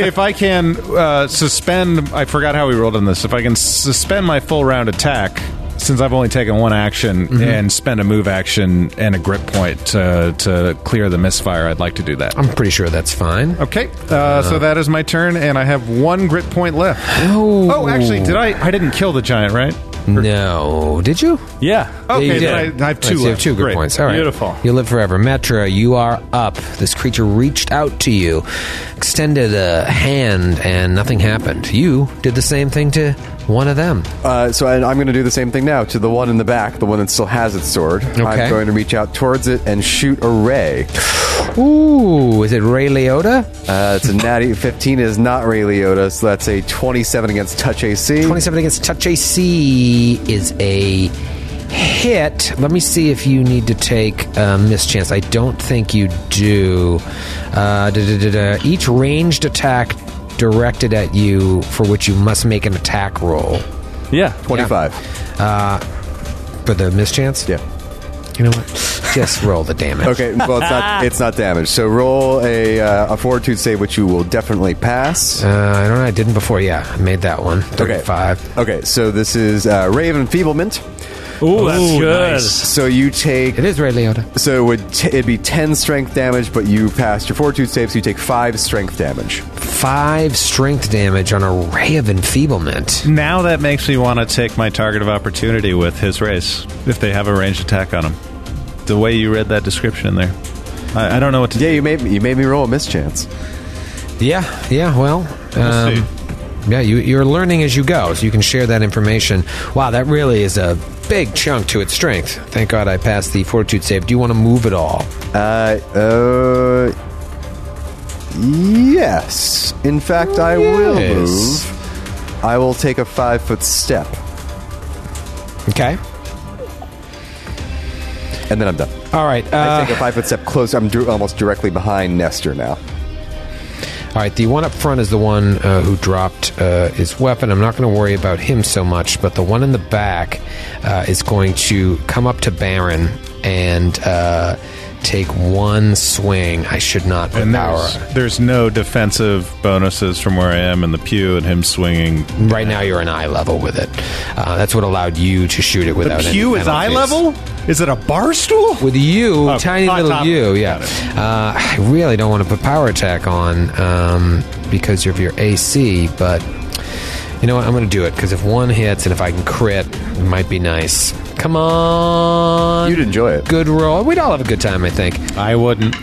Speaker 6: if I can uh, suspend, I forgot how we rolled on this. If I can suspend my full round attack, since I've only taken one action and spend a move action and a grip point to to clear the misfire, I'd like to do that.
Speaker 4: I'm pretty sure that's fine.
Speaker 6: Okay, uh, so that is my turn, and I have one grit point left. Oh, actually, did I? I didn't kill the giant, right?
Speaker 4: No, did you?
Speaker 2: Yeah.
Speaker 4: Yeah,
Speaker 6: Okay,
Speaker 4: you
Speaker 6: then
Speaker 4: did.
Speaker 6: I, I have
Speaker 4: Right,
Speaker 6: two.
Speaker 4: so you have
Speaker 6: left.
Speaker 4: two good
Speaker 6: Great.
Speaker 4: points. All right.
Speaker 2: Beautiful.
Speaker 4: You live forever. Metra, you are up. This creature reached out to you, extended a hand, and nothing happened. You did the same thing to one of them.
Speaker 3: Uh, so I, I'm going to do the same thing now to the one in the back, the one that still has its sword.
Speaker 4: Okay.
Speaker 3: I'm going to reach out towards it and shoot a ray.
Speaker 4: Ooh, is it Ray Liotta?
Speaker 3: Uh, it's a natty 15 is not Ray Liotta, so that's a 27 against touch AC.
Speaker 4: 27 against Touch AC is a hit. Let me see if you need to take a mischance. I don't think you do. Uh, da, da, da, da. Each ranged attack directed at you for which you must make an attack roll.
Speaker 2: Yeah.
Speaker 3: 25.
Speaker 4: For the mischance?
Speaker 3: Yeah.
Speaker 4: You know what? Just roll the damage.
Speaker 3: Okay, well it's not it's not damage. So roll a uh, a fortitude save, which you will definitely pass.
Speaker 4: Uh, I don't know. I didn't before. Yeah, I made that one.
Speaker 3: Okay.
Speaker 4: 35.
Speaker 3: Okay, so this is uh, Ray of Enfeeblement.
Speaker 2: Ooh, that's good.
Speaker 3: So you take
Speaker 4: It is Ray Liotta.
Speaker 3: so it would t- it'd be 10 strength damage, but you passed your fortitude save, so you take five strength damage.
Speaker 4: Five strength damage on a ray of enfeeblement.
Speaker 6: Now that makes me want to take my target of opportunity with his race if they have a ranged attack on him. The way you read that description in there, I, I don't know what to
Speaker 3: Yeah, you made me, you made me roll a mischance.
Speaker 4: Yeah, yeah, well. um,
Speaker 6: see.
Speaker 4: yeah, you, you're learning as you go, so you can share that information. Wow, that really is a big chunk to its strength. Thank God I passed the fortitude save. Do you want to move at all?
Speaker 3: Uh, uh, yes. In fact, I will
Speaker 4: Yes.
Speaker 3: move. I will take a five foot step,
Speaker 4: Okay.
Speaker 3: and then I'm done.
Speaker 4: All right.
Speaker 3: I
Speaker 4: Uh,
Speaker 3: take a five foot step closer. I'm dr- almost directly behind Nestor now.
Speaker 4: all right. The one up front is the one uh, who dropped uh, his weapon. I'm not going to worry about him so much, but the one in the back uh, is going to come up to Baron and uh, take one swing. I should not
Speaker 6: And
Speaker 4: power.
Speaker 6: there's, there's no defensive bonuses from where I am in the pew and him swinging.
Speaker 4: Right now, you're an eye level with it. Uh, that's what allowed you to shoot it without any penalties.
Speaker 6: Is it a bar stool?
Speaker 4: With you,
Speaker 6: Oh,
Speaker 4: tiny
Speaker 6: on
Speaker 4: little
Speaker 6: top.
Speaker 4: you,
Speaker 6: Got
Speaker 4: yeah.
Speaker 6: it.
Speaker 4: Uh, I really don't want to put power attack on um, because of your AC, but you know what? I'm going to do it because if one hits and if I can crit, it might be nice. Come on,
Speaker 3: You'd enjoy it.
Speaker 4: good roll. We'd all have a good time, I think.
Speaker 6: I Oh. wouldn't.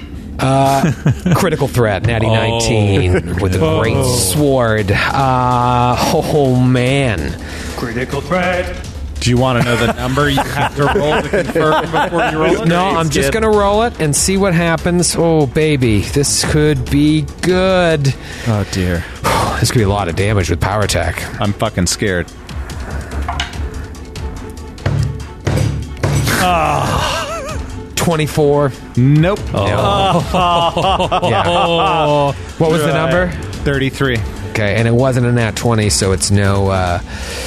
Speaker 4: Critical threat, Natty 19 with a great
Speaker 6: Oh.
Speaker 4: sword. Uh, oh man.
Speaker 13: Critical threat.
Speaker 6: Do you want to know the number you have to roll to confirm before you roll it?
Speaker 4: No, I'm just going to roll it and see what happens. Oh, baby, this could be good.
Speaker 2: Oh dear.
Speaker 4: This could be a lot of damage with power attack.
Speaker 6: I'm fucking scared.
Speaker 4: Twenty-four.
Speaker 6: Nope. Oh. Uh,
Speaker 4: Yeah. what was the number?
Speaker 6: 33.
Speaker 4: Okay, and it wasn't a nat twenty, so it's no uh,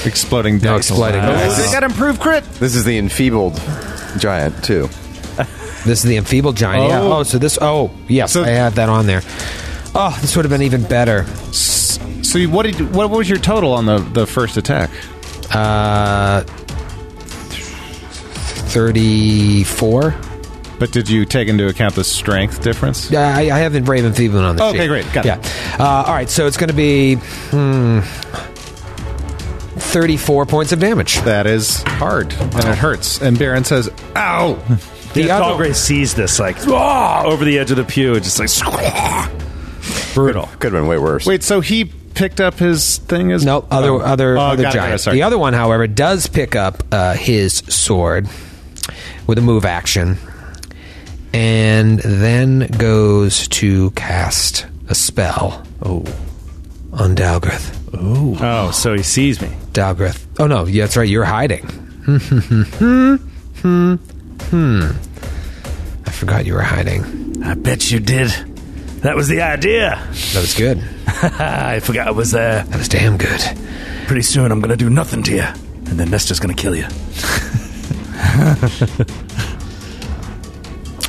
Speaker 6: Exploding
Speaker 4: no
Speaker 6: dice.
Speaker 4: exploding. dice.
Speaker 6: They got improved crit.
Speaker 3: This is the enfeebled giant too.
Speaker 4: This is the enfeebled giant. Yeah.
Speaker 6: Oh.
Speaker 4: Oh, so this. Oh, yes,
Speaker 6: So-
Speaker 4: I had that on there. Oh, this would have been even better.
Speaker 6: So you- what did you- what was your total on the, the first attack?
Speaker 4: Uh, thirty-four.
Speaker 6: But did you take into account the strength difference?
Speaker 4: Yeah, I, I have the Brave and Feeble on the
Speaker 6: Okay,
Speaker 4: sheet.
Speaker 6: great. Got it.
Speaker 4: yeah. Uh, all right, so it's going to be hmm, 34 points of damage.
Speaker 6: That is hard, and it hurts. And Baron says, "Ow!"
Speaker 2: The yeah, Tall Grace sees this like "Ah," over the edge of the pew, and just like brutal.
Speaker 3: Could have been way worse.
Speaker 6: Wait, so he picked up his thing as
Speaker 4: No, other
Speaker 6: Oh.
Speaker 4: other
Speaker 6: Oh,
Speaker 4: other
Speaker 6: got it, got it,
Speaker 4: giant.
Speaker 6: sorry.
Speaker 4: the other one, however, does pick up uh, his sword with a move action, and then goes to cast a spell. Oh, on Dalgrith. Oh,
Speaker 2: oh, so he sees me,
Speaker 4: Dalgrith. Oh no, yeah, that's right. You're hiding. Hmm, hmm, hmm, hmm, hmm, hmm. I forgot you were hiding.
Speaker 2: I bet you did. That was the idea.
Speaker 4: That was good.
Speaker 2: I forgot I was there. That
Speaker 4: was damn good.
Speaker 2: Pretty soon I'm gonna do nothing to you, and then Nestor's gonna kill you.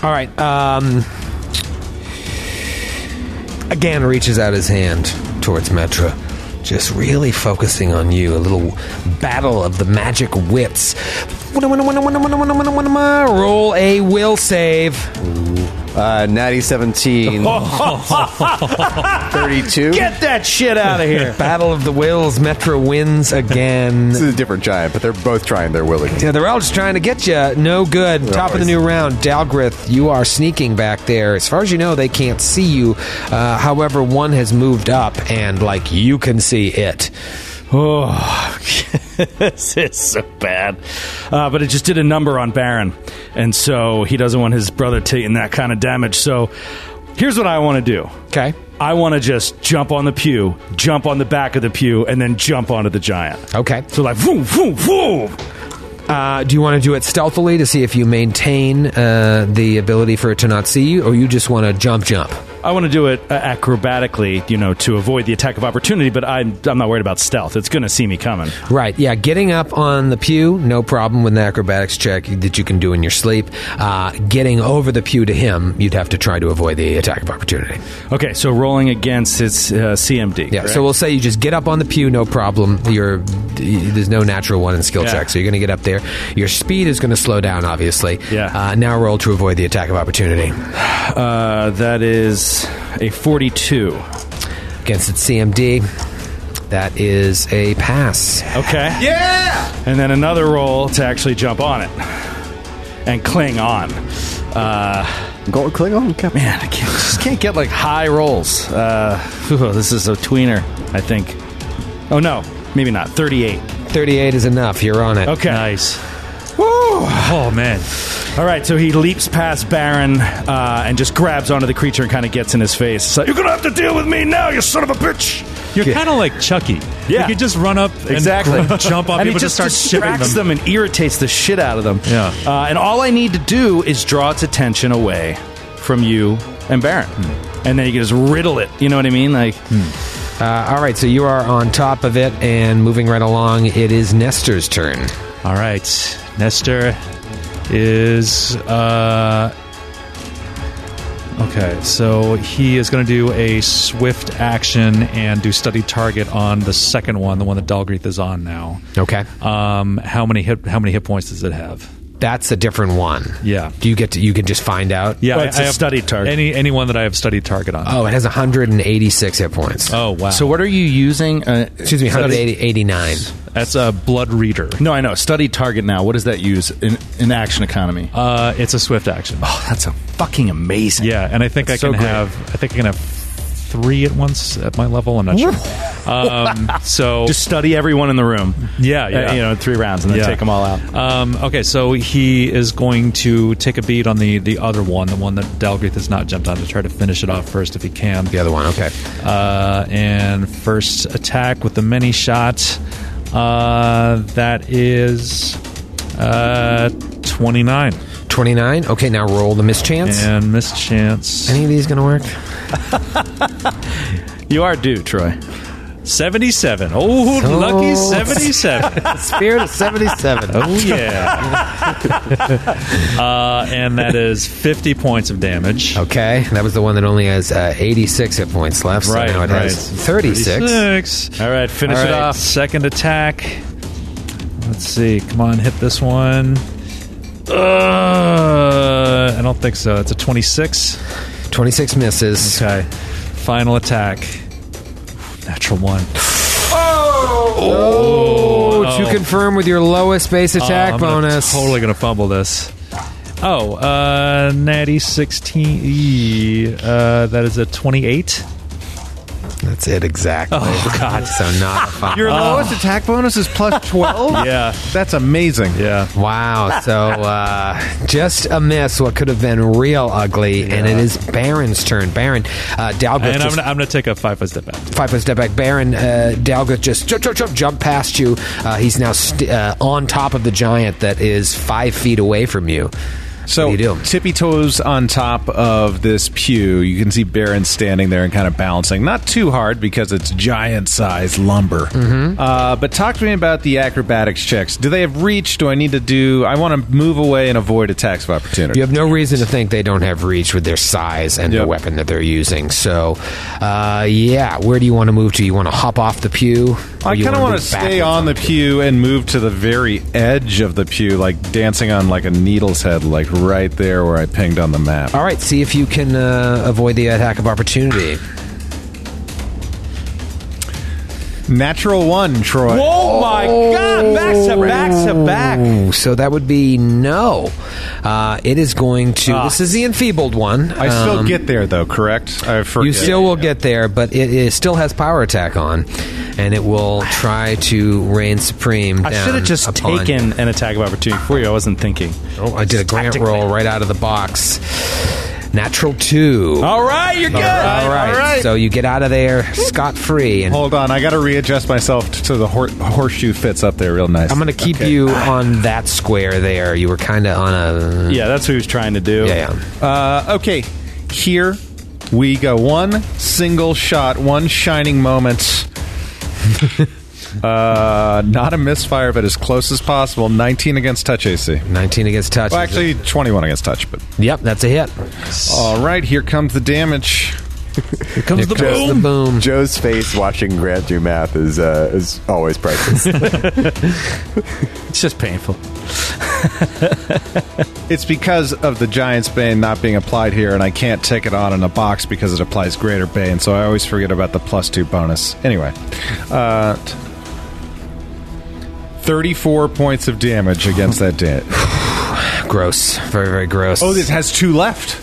Speaker 4: All right. Um, again, reaches out his hand towards Metra, just really focusing on you. A little battle of the magic wits. Roll a will save.
Speaker 3: Uh, natty 17. 32.
Speaker 2: Get that shit out of here.
Speaker 4: Battle of the Wills. Metro wins again.
Speaker 3: This is a different giant, but they're both trying their willing.
Speaker 4: Yeah, they're all just trying to get you. No good. Top of the new round, Dalgrith, you are sneaking back there. As far as you know, they can't see you. Uh, however, one has moved up, and like you can see it.
Speaker 2: Oh, this is so bad. Uh, but it just did a number on Baron, and so he doesn't want his brother taking that kind of damage. So here's what I want to do.
Speaker 4: Okay.
Speaker 2: I want to just jump on the pew, jump on the back of the pew, and then jump onto the giant.
Speaker 4: Okay.
Speaker 2: So like, voom, voom, voom.
Speaker 4: Uh, do you want to do it stealthily to see if you maintain uh, the ability for it to not see you, or you just want to jump, jump?
Speaker 2: I want to do it uh, acrobatically, you know, to avoid the attack of opportunity. But I'm I'm not worried about stealth. It's going to see me coming.
Speaker 4: Right, yeah, getting up on the pew, no problem with an acrobatics check that you can do in your sleep. Uh, getting over the pew to him, you'd have to try to avoid the attack of opportunity.
Speaker 2: Okay, so rolling against his uh, CMD.
Speaker 4: Yeah,
Speaker 2: correct?
Speaker 4: so we'll say you just get up on the pew, no problem. You're, there's no natural one in skill
Speaker 2: Yeah.
Speaker 4: check, so you're going to get up there. Your speed is going to slow down, obviously.
Speaker 2: Yeah.
Speaker 4: Uh, now roll to avoid the attack of opportunity.
Speaker 2: Uh, that is a 42.
Speaker 4: Against its CMD, that is a pass.
Speaker 2: Okay. Yeah! And then another roll to actually jump on it and cling on. Uh,
Speaker 3: Go cling on,
Speaker 2: man. I can't, just can't get like high rolls. Uh, phew, this is a tweener, I think. Oh no, maybe not. Thirty-eight.
Speaker 4: Thirty-eight is enough. You're on it.
Speaker 2: Okay. Nice. Oh man! All right, so he leaps past Baron uh, and just grabs onto the creature and kind of gets in his face. So, You're gonna have to deal with me now, you son of a bitch.
Speaker 7: You're kind of like Chucky.
Speaker 2: Yeah.
Speaker 7: You could just run up and
Speaker 2: Exactly.
Speaker 7: jump on
Speaker 2: and
Speaker 7: people
Speaker 2: he
Speaker 7: and just
Speaker 2: just
Speaker 7: start shivering
Speaker 2: distracts
Speaker 7: them.
Speaker 2: them. and irritates the shit out of them.
Speaker 7: Yeah.
Speaker 2: Uh, and all I need to do is draw its attention away from you and Baron,
Speaker 7: Hmm.
Speaker 2: and then you can just riddle it. You know what I mean? Like,
Speaker 4: Uh, all right, so you are on top of it and moving right along. It is Nestor's turn.
Speaker 7: All right. Nestor is. Uh, okay, so he is going to do a swift action and do study target on the second one, the one that Dalgrith is on now.
Speaker 4: Okay.
Speaker 7: Um, how many hit? How many hit points does it have?
Speaker 4: That's a different one.
Speaker 7: Yeah.
Speaker 4: Do you get to? You can just find out.
Speaker 7: Yeah,
Speaker 2: Well,
Speaker 7: I-
Speaker 2: it's
Speaker 7: I
Speaker 2: a
Speaker 7: have-
Speaker 2: study target.
Speaker 7: Any anyone that I have studied target on.
Speaker 4: Oh, it has 186 hit points.
Speaker 7: Oh wow.
Speaker 2: so what are you using? Uh,
Speaker 4: Excuse me, 189.
Speaker 7: that's a blood reader.
Speaker 2: no, I know. Study target now. What does that use in, in action economy?
Speaker 7: Uh, it's a swift action.
Speaker 2: Oh, that's a fucking amazing.
Speaker 7: Yeah, and I think
Speaker 2: That's
Speaker 7: I
Speaker 2: so
Speaker 7: can
Speaker 2: great.
Speaker 7: have. I think I can have three at once at my level. I'm not sure. Um, so
Speaker 2: Just study everyone in the room.
Speaker 7: yeah, yeah.
Speaker 2: Uh, you know, three rounds and then
Speaker 7: Yeah.
Speaker 2: take them all out.
Speaker 7: Um, okay, so he is going to take a beat on the the other one, the one that Dalgrith has not jumped on, to try to finish it off first if he can.
Speaker 4: The other one. Okay.
Speaker 7: Uh, and first attack with the mini shot. Uh, that is uh, 29.
Speaker 4: 29. Okay, now roll the mischance.
Speaker 7: And mischance.
Speaker 4: Any of these going to work?
Speaker 2: You are due, Troy.
Speaker 7: 77. Oh,
Speaker 4: So-
Speaker 7: lucky 77.
Speaker 4: Spirit of 77.
Speaker 7: Oh yeah. uh, and that is 50 points of damage.
Speaker 4: Okay, that was the one that only has uh, 86 hit points left. So
Speaker 7: Right,
Speaker 4: now it
Speaker 7: right.
Speaker 4: has 36.
Speaker 7: 36.
Speaker 2: All right, finish
Speaker 7: All
Speaker 2: it
Speaker 7: right,
Speaker 2: off.
Speaker 7: Second attack. Let's see. Come on, hit this one. Uh, I don't think so. It's a 26.
Speaker 4: 26 misses.
Speaker 7: Okay. Final attack. Natural one. Oh!
Speaker 4: to confirm with your lowest base attack
Speaker 7: I'm gonna-
Speaker 4: bonus.
Speaker 7: Totally gonna fumble this. Oh, uh, natty sixteen. ee, Uh, that is a twenty-eight.
Speaker 4: That's it exactly.
Speaker 7: Oh God!
Speaker 4: So not a fumble.
Speaker 6: Your lowest attack bonus is plus 12?
Speaker 7: yeah,
Speaker 6: That's amazing.
Speaker 7: yeah.
Speaker 4: Wow. So uh, just a miss. What could have been real ugly, and it is Baron's turn. Baron, uh, Dalgrith
Speaker 7: And I'm
Speaker 4: just-
Speaker 7: gonna, I'm gonna take a five-foot step back.
Speaker 4: five foot step back. Baron uh, Dalga just jump, jump, jump, jump past you. Uh, he's now st- uh, on top of the giant that is five feet away from you.
Speaker 6: So
Speaker 4: what do you do?
Speaker 6: tippy toes on top of this pew. You can see Baron standing there and kind of balancing. Not too hard because it's giant size lumber.
Speaker 4: Mm-hmm.
Speaker 6: Uh, but talk to me about the acrobatics checks. Do they have reach? Do I need to do? I want to move away and avoid attacks of opportunity.
Speaker 4: You have no reason to think they don't have reach with their size and the
Speaker 6: Yep.
Speaker 4: weapon that they're using. So, uh, yeah, where do you want to move to? You want to hop off the pew?
Speaker 6: I kind of want to stay on the pew and move to the very edge of the pew, like dancing on like a needle's head, like right there where I pinged on the map.
Speaker 4: All right, see if you can uh, avoid the attack of opportunity.
Speaker 6: Natural one, Troy.
Speaker 2: Oh my god! Back to back to back.
Speaker 4: Ooh, so that would be no. Uh, it is going to. This is the enfeebled one.
Speaker 6: Ah. I still
Speaker 4: Um,
Speaker 6: get there though, correct? I forget.
Speaker 4: You still will get there, but it, it still has power attack on, and it will try to reign supreme.
Speaker 2: I should have just taken an attack of opportunity for you. I wasn't thinking.
Speaker 4: Oh, I did a grant roll right out of the box. Natural two.
Speaker 2: All right, you're good.
Speaker 4: all right. So you get out of there scot free, and
Speaker 6: Hold on, I got to readjust myself t- so the hor- horseshoe fits up there real nice.
Speaker 4: I'm going to keep you on that square there. You were kind of on a
Speaker 2: Yeah, that's what he was trying to do.
Speaker 4: yeah. yeah.
Speaker 6: Uh, okay, here we go. One single shot, one shining moment. uh, not a misfire, but as close as possible. 19 against touch AC.
Speaker 4: 19 against touch.
Speaker 6: Well, actually, 21 against touch. But
Speaker 4: yep, that's a hit.
Speaker 6: all right, here comes the damage.
Speaker 4: Here comes
Speaker 7: the
Speaker 4: The boom.
Speaker 3: Joe's face watching Grant do math is uh, is always priceless.
Speaker 2: It's just painful.
Speaker 6: It's because of the Giant's Bane not being applied here, and I can't take it on in a box because it applies Greater Bane, so I always forget about the plus two bonus. Anyway, uh, t- 34 points of damage against that dent.
Speaker 4: Gross. Very very gross.
Speaker 6: Oh, this has two left.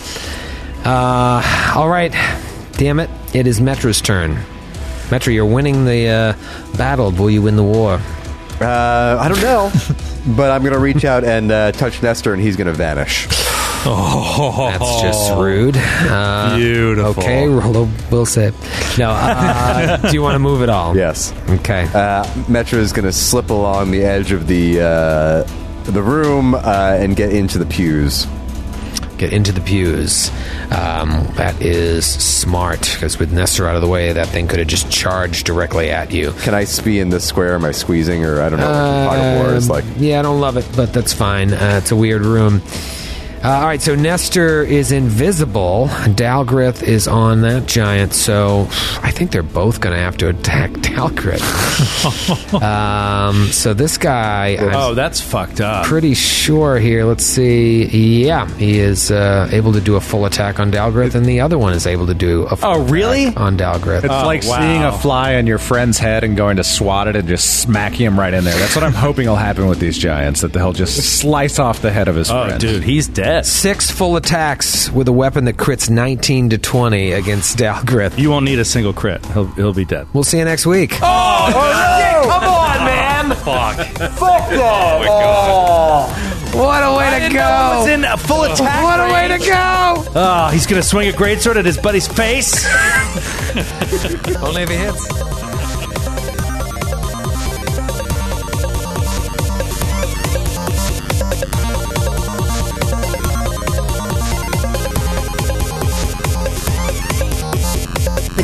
Speaker 4: Uh, all right. Damn it. It is Metra's turn. Metra, you're winning the uh, battle. Will you win the war?
Speaker 3: uh, I don't know, but I'm gonna reach out and uh, touch Nestor, and he's gonna vanish.
Speaker 4: That's just rude. Uh,
Speaker 7: Beautiful.
Speaker 4: Okay, roll a will save. No, uh, do you want to move at all?
Speaker 3: Yes.
Speaker 4: Okay.
Speaker 3: Uh, Metra is gonna slip along the edge of the uh, the room uh, and get into the pews.
Speaker 4: Get into the pews. Um, that is smart, because with Nestor out of the way, that thing could have just charged directly at you.
Speaker 3: Can I be in this square? Am I squeezing, or I don't know? what the Fog of war is
Speaker 4: Um,
Speaker 3: like.
Speaker 4: Yeah, I don't love it, but that's fine. Uh, it's a weird room. Uh, all right, so Nestor is invisible. Dalgrith is on that giant, so I think they're both going to have to attack Dalgrith. um, so this guy, I'm
Speaker 2: Oh, that's fucked up.
Speaker 4: pretty sure here. Let's see. Yeah, he is uh, able to do a full attack on Dalgrith, and the other one is able to do a full
Speaker 2: Oh, really?
Speaker 4: attack on Dalgrith.
Speaker 6: It's like
Speaker 2: wow.
Speaker 6: seeing a fly on your friend's head and going to swat it and just smacking him right in there. That's what I'm hoping will happen with these giants, that they'll just slice off the head of his
Speaker 2: Oh,
Speaker 6: friend.
Speaker 2: dude, he's dead.
Speaker 4: Six full attacks with a weapon that crits 19 to 20 against Dalgrith.
Speaker 2: You won't need a single crit. He'll he'll be dead.
Speaker 4: We'll see you next week.
Speaker 2: Oh,
Speaker 4: Oh,
Speaker 2: Come on, man! Fuck!
Speaker 4: Oh,
Speaker 2: Oh.
Speaker 4: What a way to go!
Speaker 2: in a full attack.
Speaker 4: What a way to go!
Speaker 2: Oh, he's gonna swing a greatsword at his buddy's face.
Speaker 4: Only if it hits.
Speaker 14: The